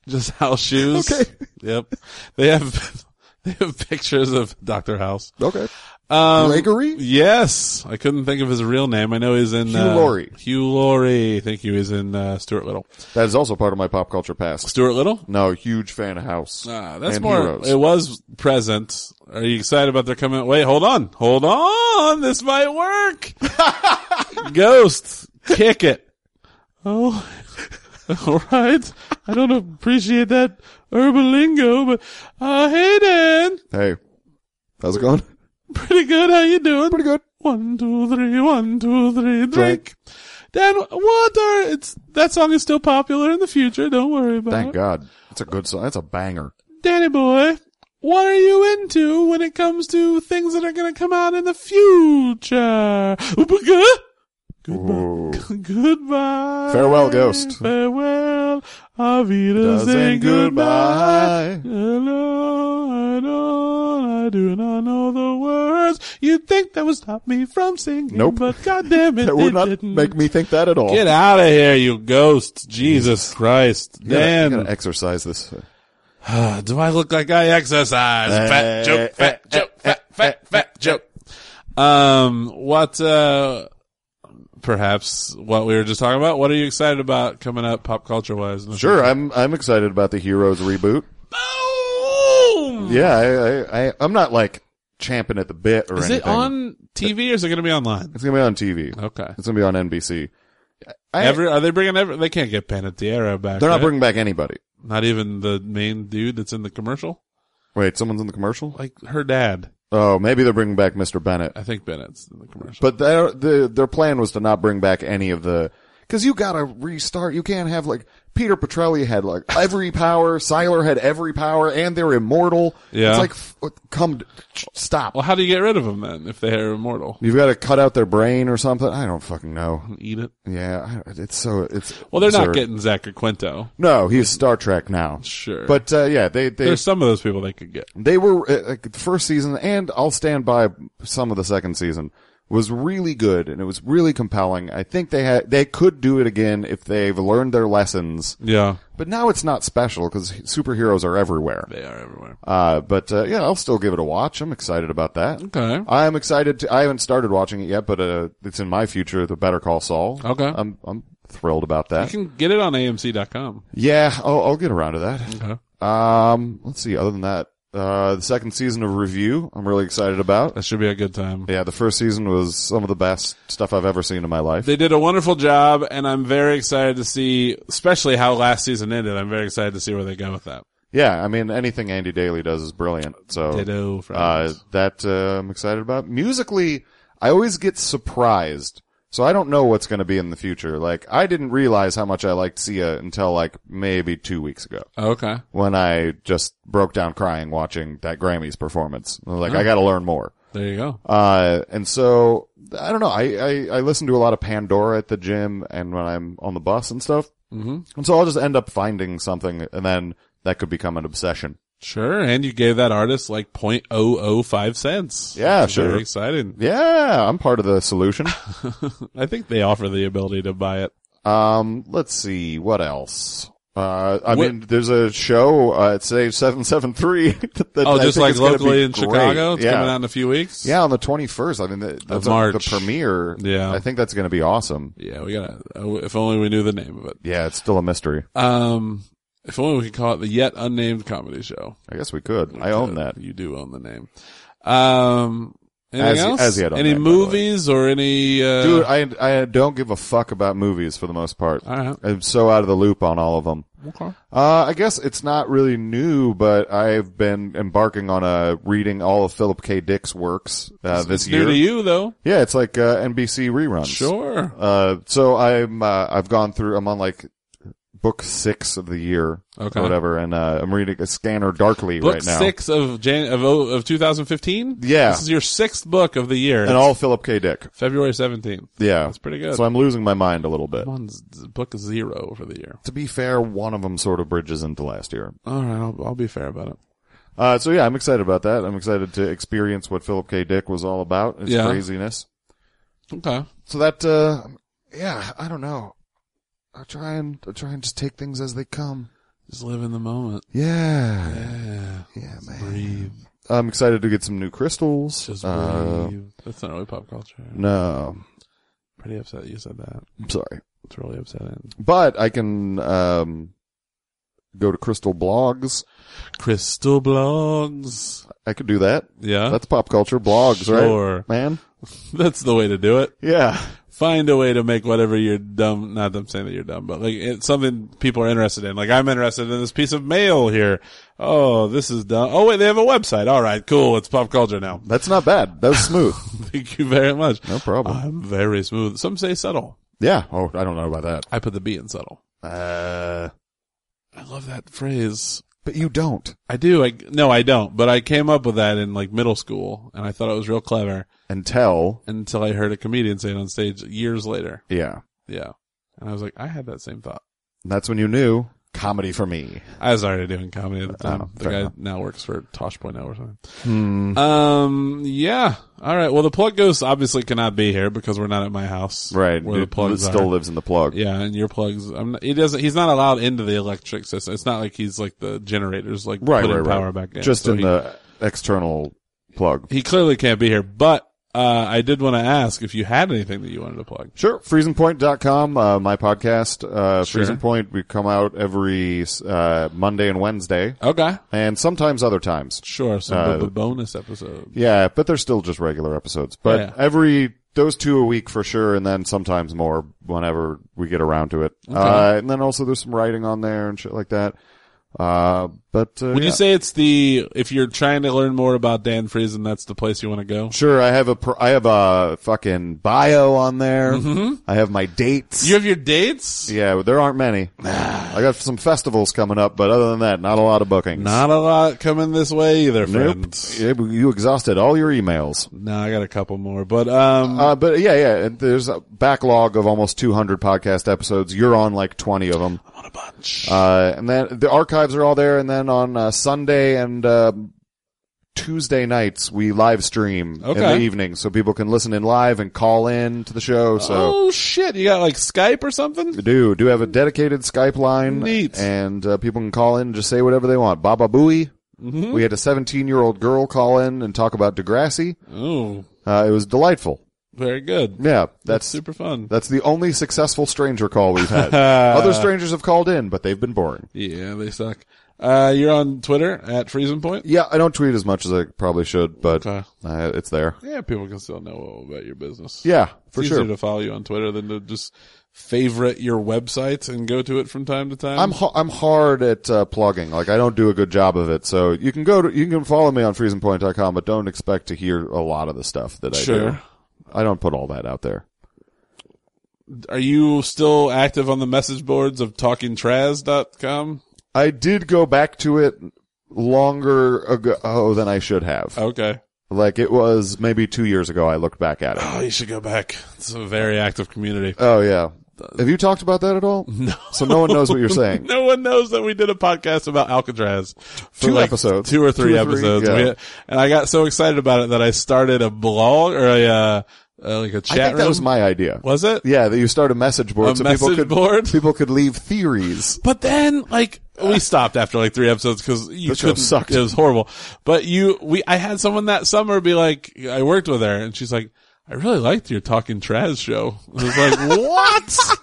Just house shoes.
Okay.
Yep. They have they have pictures of Doctor House.
Okay.
Um,
Gregory?
Yes, I couldn't think of his real name. I know he's in
Hugh
uh,
Laurie.
Hugh Laurie. Thank you. He's in uh, Stuart Little.
That is also part of my pop culture past.
Stuart Little.
No, huge fan of House.
Ah, that's
and
more.
Heroes.
It was present. Are you excited about their coming? Wait, hold on, hold on. This might work. Ghost, kick it. Oh, all right. I don't appreciate that urban lingo, but uh, hey Dan,
hey, how's it going?
pretty good. How you doing?
Pretty good.
One, two, three, one, two, three, drink.
Drink.
Dan, water. It's that song is still popular in the future. Don't worry about
Thank
it.
God. That's a good song. That's a banger.
Danny boy, What are you into when it comes to things that are going to come out in the future? Oobaga!
Ooh.
Goodbye.
Farewell, ghost.
Farewell. Auf Wiedersehen.
Doesn't goodbye.
Goodbye. Hello. I don't, I do not know the words. You'd think that would stop me from singing.
Nope.
But goddamn it,
That would
it
not
didn't.
make me think that at all.
Get out of here, you ghost. Jesus Christ.
You gotta- you
Dan,
gotta exercise this.
Uh, do I look like I exercise?
Eh,
fat joke, fat
eh,
joke,
eh,
fat,
eh,
fat,
eh,
fat
eh,
joke. Um, what, uh, perhaps what we were just talking about? What are you excited about coming up pop culture wise?
Sure, I'm I'm excited about the Heroes reboot.
Boom!
Yeah, I, I, I I'm not like champing at the bit or
Is
anything.
it on TV or is it going to be online?
It's gonna be on TV.
Okay.
It's gonna be on NBC. I,
Every, are they bringing every, they can't get Panettiere back.
they're not
right?
bringing back anybody.
not even the main dude that's in the commercial?
Wait, someone's in the commercial.
Like her dad.
Oh, maybe they're bringing back Mr. Bennett.
I think Bennett's in the commercial.
But their the, their plan was to not bring back any of the because you gotta restart. You can't have like Peter Petrelli had like every power, Siler had every power, and they're immortal.
Yeah.
it's like f- come ch- stop.
well, how do you get rid of them then if they are immortal?
You've got to cut out their brain or something. I don't fucking know.
Eat it.
Yeah, I- it's so it's.
Well, they're
absurd.
not getting Zachary Quinto.
No, he's Star Trek now.
Sure.
But uh, yeah, they they
There's some of those people they could get.
they were uh, like the first season and I'll stand by some of the second season was really good and it was really compelling. I think they had they could do it again if they've learned their lessons.
Yeah.
But now it's not special cuz superheroes are everywhere.
They are everywhere.
Uh but uh, yeah, I'll still give it a watch. I'm excited about that.
Okay.
I'm excited to I haven't started watching it yet, but uh it's in my future, The Better Call Saul.
Okay.
I'm I'm thrilled about
You
that.
can get it on AMC.com.
Yeah, I'll, I'll get around to that.
Okay.
Um, let's see. Other than that, uh, the second season of Review, I'm really excited about.
That should be a good time.
Yeah, the first season was some of the best stuff I've ever seen in my life.
They did a wonderful job, and I'm very excited to see, especially how last season ended. I'm very excited to see where they go with that.
Yeah, I mean, anything Andy Daly does is brilliant. So,
Ditto,
uh,
friends.
that, uh, I'm excited about. Musically, I always get surprised. So I don't know what's going to be in the future. Like, I didn't realize how much I liked Sia until like maybe two weeks ago
okay.
when I just broke down crying watching that Grammys performance. I was like, I got to learn more.
There you go.
Uh, and so I don't know. I, I, I listen to a lot of Pandora at the gym and when I'm on the bus and stuff.
hmm
And so I'll just end up finding something and then that could become an obsession.
Sure. And you gave that artist like 0.005 cents.
Yeah,
which is
sure.
Very exciting.
Yeah, I'm part of the solution.
I think they offer the ability to buy it.
um, let's see what else. Uh, I
What-
mean, there's a show, uh, it's a 773. that- that
Oh,
I
just
think
like
is gonna be
locally in
great.
Chicago. It's
yeah.
coming out in a few weeks.
Yeah, on the 21st. I mean, that- that's a-
March.
the premiere.
Yeah.
I think that's going to be awesome.
Yeah, we gotta. uh, If only we knew the name of it.
Yeah, it's still a mystery.
Um, if only we could call it the yet unnamed comedy show.
I guess we could. I own
Uh,
that.
You do own the name. Um, anything
As-
else?
as yet
any
unnamed, by the way.
movies or any? Uh,
Dude, I I don't give a fuck about movies for the most part.
all right.
I'm so out of the loop on all of them.
Okay.
Uh, I guess it's not really new, but I've been embarking on a reading all of Philip K. Dick's works uh, this
It's
year.
new to you though.
Yeah, it's like uh, NBC reruns.
Sure.
Uh, so I'm uh, I've gone through. I'm on like book six of the year,
Okay.
or whatever, and uh, I'm reading a Scanner Darkly
Book
right now,
six of Jan of oh, of 2015.
Yeah.
this is your sixth book of the year.
and all Philip K. Dick.
February 17th.
Yeah,
That's pretty good.
So I'm losing my mind a little bit.
One's book zero for the year.
To be fair, one of them sort of bridges into last year.
All right, I'll, I'll be fair about it.
Uh, so yeah, I'm excited about that. I'm excited to experience what Philip K. Dick was all about, his
Yeah.
craziness.
Okay.
So that, uh, yeah, I don't know. I try and I try and just take things as they come.
Just live in the moment.
Yeah,
Yeah.
yeah, man.
Breathe.
I'm excited to get some new crystals.
Just
Uh,
breathe. That's not really pop culture.
no,
Pretty upset you said that.
I'm sorry,
It's really upsetting.
but I can um, go to crystal blogs.
Crystal blogs.
I could do that.
Yeah.
That's pop culture blogs,
Sure.
right, man?
That's the way to do it.
Yeah,
Find a way to make whatever you're dumb, not that I'm saying that you're dumb, but like it's something people are interested in. Like I'm interested in this piece of mail here. Oh, this is dumb. Oh wait, they have a website. All right, cool. It's pop culture now.
that's not bad. That was smooth.
Thank you very much.
No problem.
I'm very smooth. Some say subtle.
yeah. Oh, I don't know about that.
I put the B in subtle.
Uh,
I love that phrase.
But you don't.
I do. I no, I don't. But I came up with that in like middle school, and I thought it was real clever
Until,
until I heard a comedian say it on stage years later.
yeah.
Yeah, and I was like, I had that same thought.
And that's when you knew comedy for me.
I was already doing comedy at the time.
Oh,
the
fair
guy
enough. Hmm.
now works for Tosh.0 or something. Um, yeah. All right. Well, the plug ghost obviously cannot be here because we're not at my house.
Right.
Where the
It
plugs
still
are.
lives in the plug.
Yeah, and your plugs. I'm not, he doesn't. He's not allowed into the electric system. It's not like he's like the generators, like
Right,
putting
right, right.
power back in.
Just
So
in
he,
the external plug.
He clearly can't be here. But uh, I did want to ask if you had anything that you wanted to plug.
Sure. FreezingPoint.com, uh, my podcast, uh,
Sure.
Freezing Point. We come out every, uh, Monday and Wednesday
Okay.
and sometimes other times.
Sure. So
Uh,
the, the bonus episode.
Yeah, but they're still just regular episodes. But
Yeah.
every those two a week for sure, and then sometimes more whenever we get around to it. Uh, and then also there's some writing on there and shit like that. Uh, but uh,
Would
yeah.
you say it's the if you're trying to learn more about Dan Friesen, that's the place you want to go?
sure? I have a pr- I have a fucking bio on there. I have my dates.
Mm-hmm. You Ah. have your dates?
yeah, but there aren't many. I got some festivals coming up, but other than that, not a lot of bookings.
Not a lot coming this way either,
nope.
friends.
Yeah, You exhausted all your emails.
No, I got a couple more, but um,
Uh, but yeah, yeah, and there's a backlog of almost 200 podcast episodes. You're on like 20 of them.
on a bunch.
Uh, and then the archives are all there. And then on uh, Sunday and uh, Tuesday nights, we live stream
Okay.
in the evening so people can listen in live and call in to the show. So
oh shit! You got like Skype or something?
we do do have a dedicated Skype line,
Neat.
and uh, people can call in and just say whatever they want. Baba Booey.
Mm-hmm.
We had a 17 year old girl call in and talk about Degrassi.
Oh,
Uh, it was delightful.
very good. That's
Yeah,
Uh,
that's
super fun.
that's the only successful stranger call we've had. Other strangers have called in, but they've been boring.
Yeah, they suck. Uh, you're on Twitter at Friesen Point.
Yeah, I don't tweet as much as I probably should, but
Okay.
uh, it's there.
Yeah, people can still know about your business.
Yeah,
it's
for
easier
sure.
to follow you on Twitter than to just favorite your website and go to it from time to time.
I'm ha- I'm hard at uh, plugging. Like I don't do a good job of it. So you can go to you can follow me on freezingpoint.com, but don't expect to hear a lot of the stuff that I do.
Sure.
I don't put all that out there.
Are you still active on the message boards of talkingtraz.com?
I did go back to it longer ago oh, than I should have.
Okay.
Like it was maybe 2 years ago I looked back at it.
Oh, you should go back. It's a very active community.
Oh yeah. Have you talked about that at all? No. So no one knows what you're saying.
No one knows that we did a podcast about Alcatraz for
Two
like
episodes.
two or three
Two or three,
episodes,
yeah.
We- and I got so excited about it that I started a blog or a uh, uh, like a
I
chat
think that
room.
was my idea.
Was it?
Yeah, that you start a message board
A
so people
message
could
board?
people could leave theories.
But then, like, we stopped after like three episodes because you
The show
couldn't.
sucked.
It was horrible. But you, we, I had someone that summer be like, I worked with her, and she's like, I really liked your talking Traz show. I was like, what?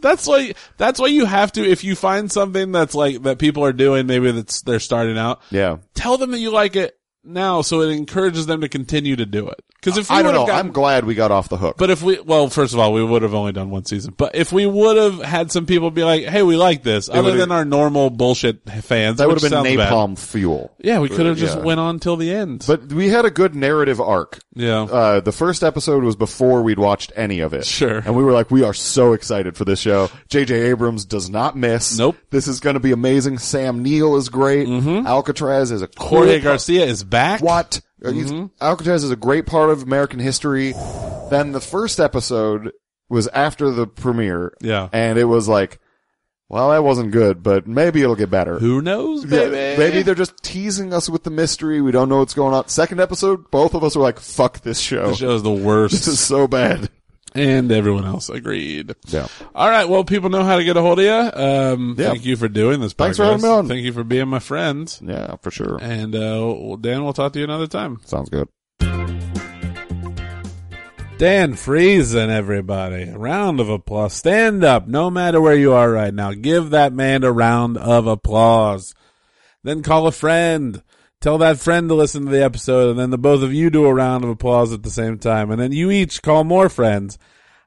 That's why. That's why you have to. If you find something that's like that people are doing, maybe that's they're starting out.
Yeah.
Tell them that you like it now, so it encourages them to continue to do it. Because if we
I don't
would've
know.
gotten-
I'm glad we got off the hook.
but if we, well, first of all, we would have only done one season. But if we would have had some people be like, "Hey, we like this," other
would've-
than our normal bullshit fans,
that
would have
been napalm fuel.
Yeah, we could have just
yeah.
went on till the end.
But we had a good narrative arc.
yeah,
Uh, the first episode was before we'd watched any of it.
Sure.
And we were like, we are so excited for this show. J.J. Abrams does not miss.
Nope. Mm-hmm.
This is going to be amazing. Sam Neill is great. Alcatraz is a cool
Jorge
pro-
Garcia is back.
What? Uh, he's-
Mm-hmm.
Alcatraz is a great part of American history. then the first episode was after the premiere.
Yeah.
And it was like, well, that wasn't good, but maybe it'll get better.
Who knows,
Yeah,
baby?
maybe they're just teasing us with the mystery. We don't know what's going on. Second episode, both of us were like, fuck this show.
the show is the
This is
worst,
so bad.
and everyone else agreed.
Yeah.
All right. Well, people know how to get a hold of you. Um,
Yeah.
Thank you for doing this. podcast.
Thanks for having me on.
Thank you for being my friend.
Yeah, for sure.
And uh, well, Dan, we'll talk to you another time.
Sounds good.
Dan Friesen, everybody. A round of applause. Stand up, no matter where you are right now. Give that man a round of applause. Then call a friend. Tell that friend to listen to the episode, and then the both of you do a round of applause at the same time. And then you each call more friends.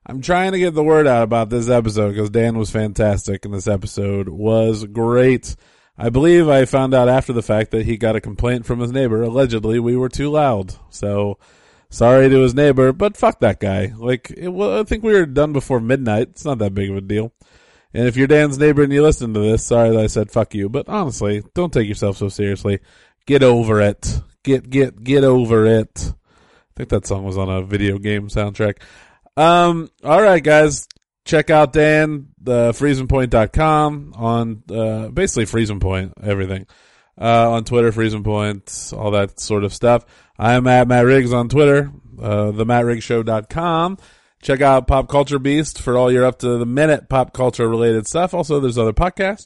I'm trying to get the word out about this episode because Dan was fantastic and this episode was great. I believe I found out after the fact that he got a complaint from his neighbor. Allegedly, we were too loud. So, sorry to his neighbor, but fuck that guy. Like, it, well, I think we were done before midnight. It's not that big of a deal. And if you're Dan's neighbor and you listen to this, sorry that I said fuck you, but honestly, don't take yourself so seriously. Get over it. Get get get over it. I think that song was on a video game soundtrack. Um, all right, guys, check out Dan the freezingpoint.com on uh, basically freezing point everything uh, on Twitter, freezing point, all that sort of stuff. I am at Matt Riggs on Twitter, uh, the mattriggshow.com. Check out Pop Culture Beast for all your up to the minute pop culture related stuff. Also, there's other podcasts,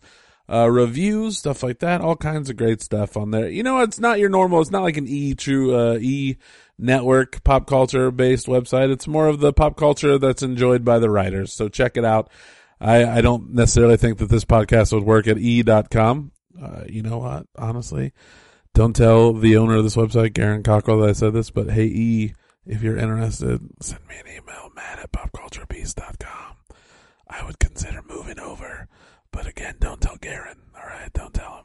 uh, reviews, stuff like that, all kinds of great stuff on there. You know, it's not your normal, it's not like an E true, uh, E network pop culture based website. It's more of the pop culture that's enjoyed by the writers. So check it out. I, I don't necessarily think that this podcast would work at e.com. Uh, you know what? Honestly, don't tell the owner of this website, Garen Cockrell, that I said this, but hey, E, if you're interested, send me an email, matt at popculturebeast.com. I would consider moving over. But again, don't tell Garen. All right, don't tell him.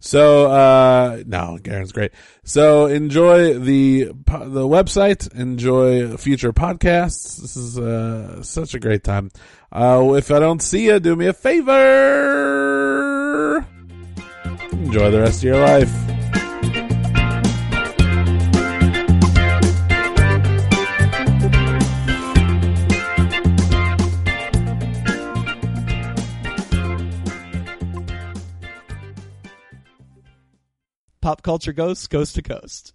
So uh no, Garen's great. So enjoy the po- the website, enjoy future podcasts. This is uh such a great time. Uh if I don't see you, do me a favor. Enjoy the rest of your life.
Pop culture ghosts, coast to coast.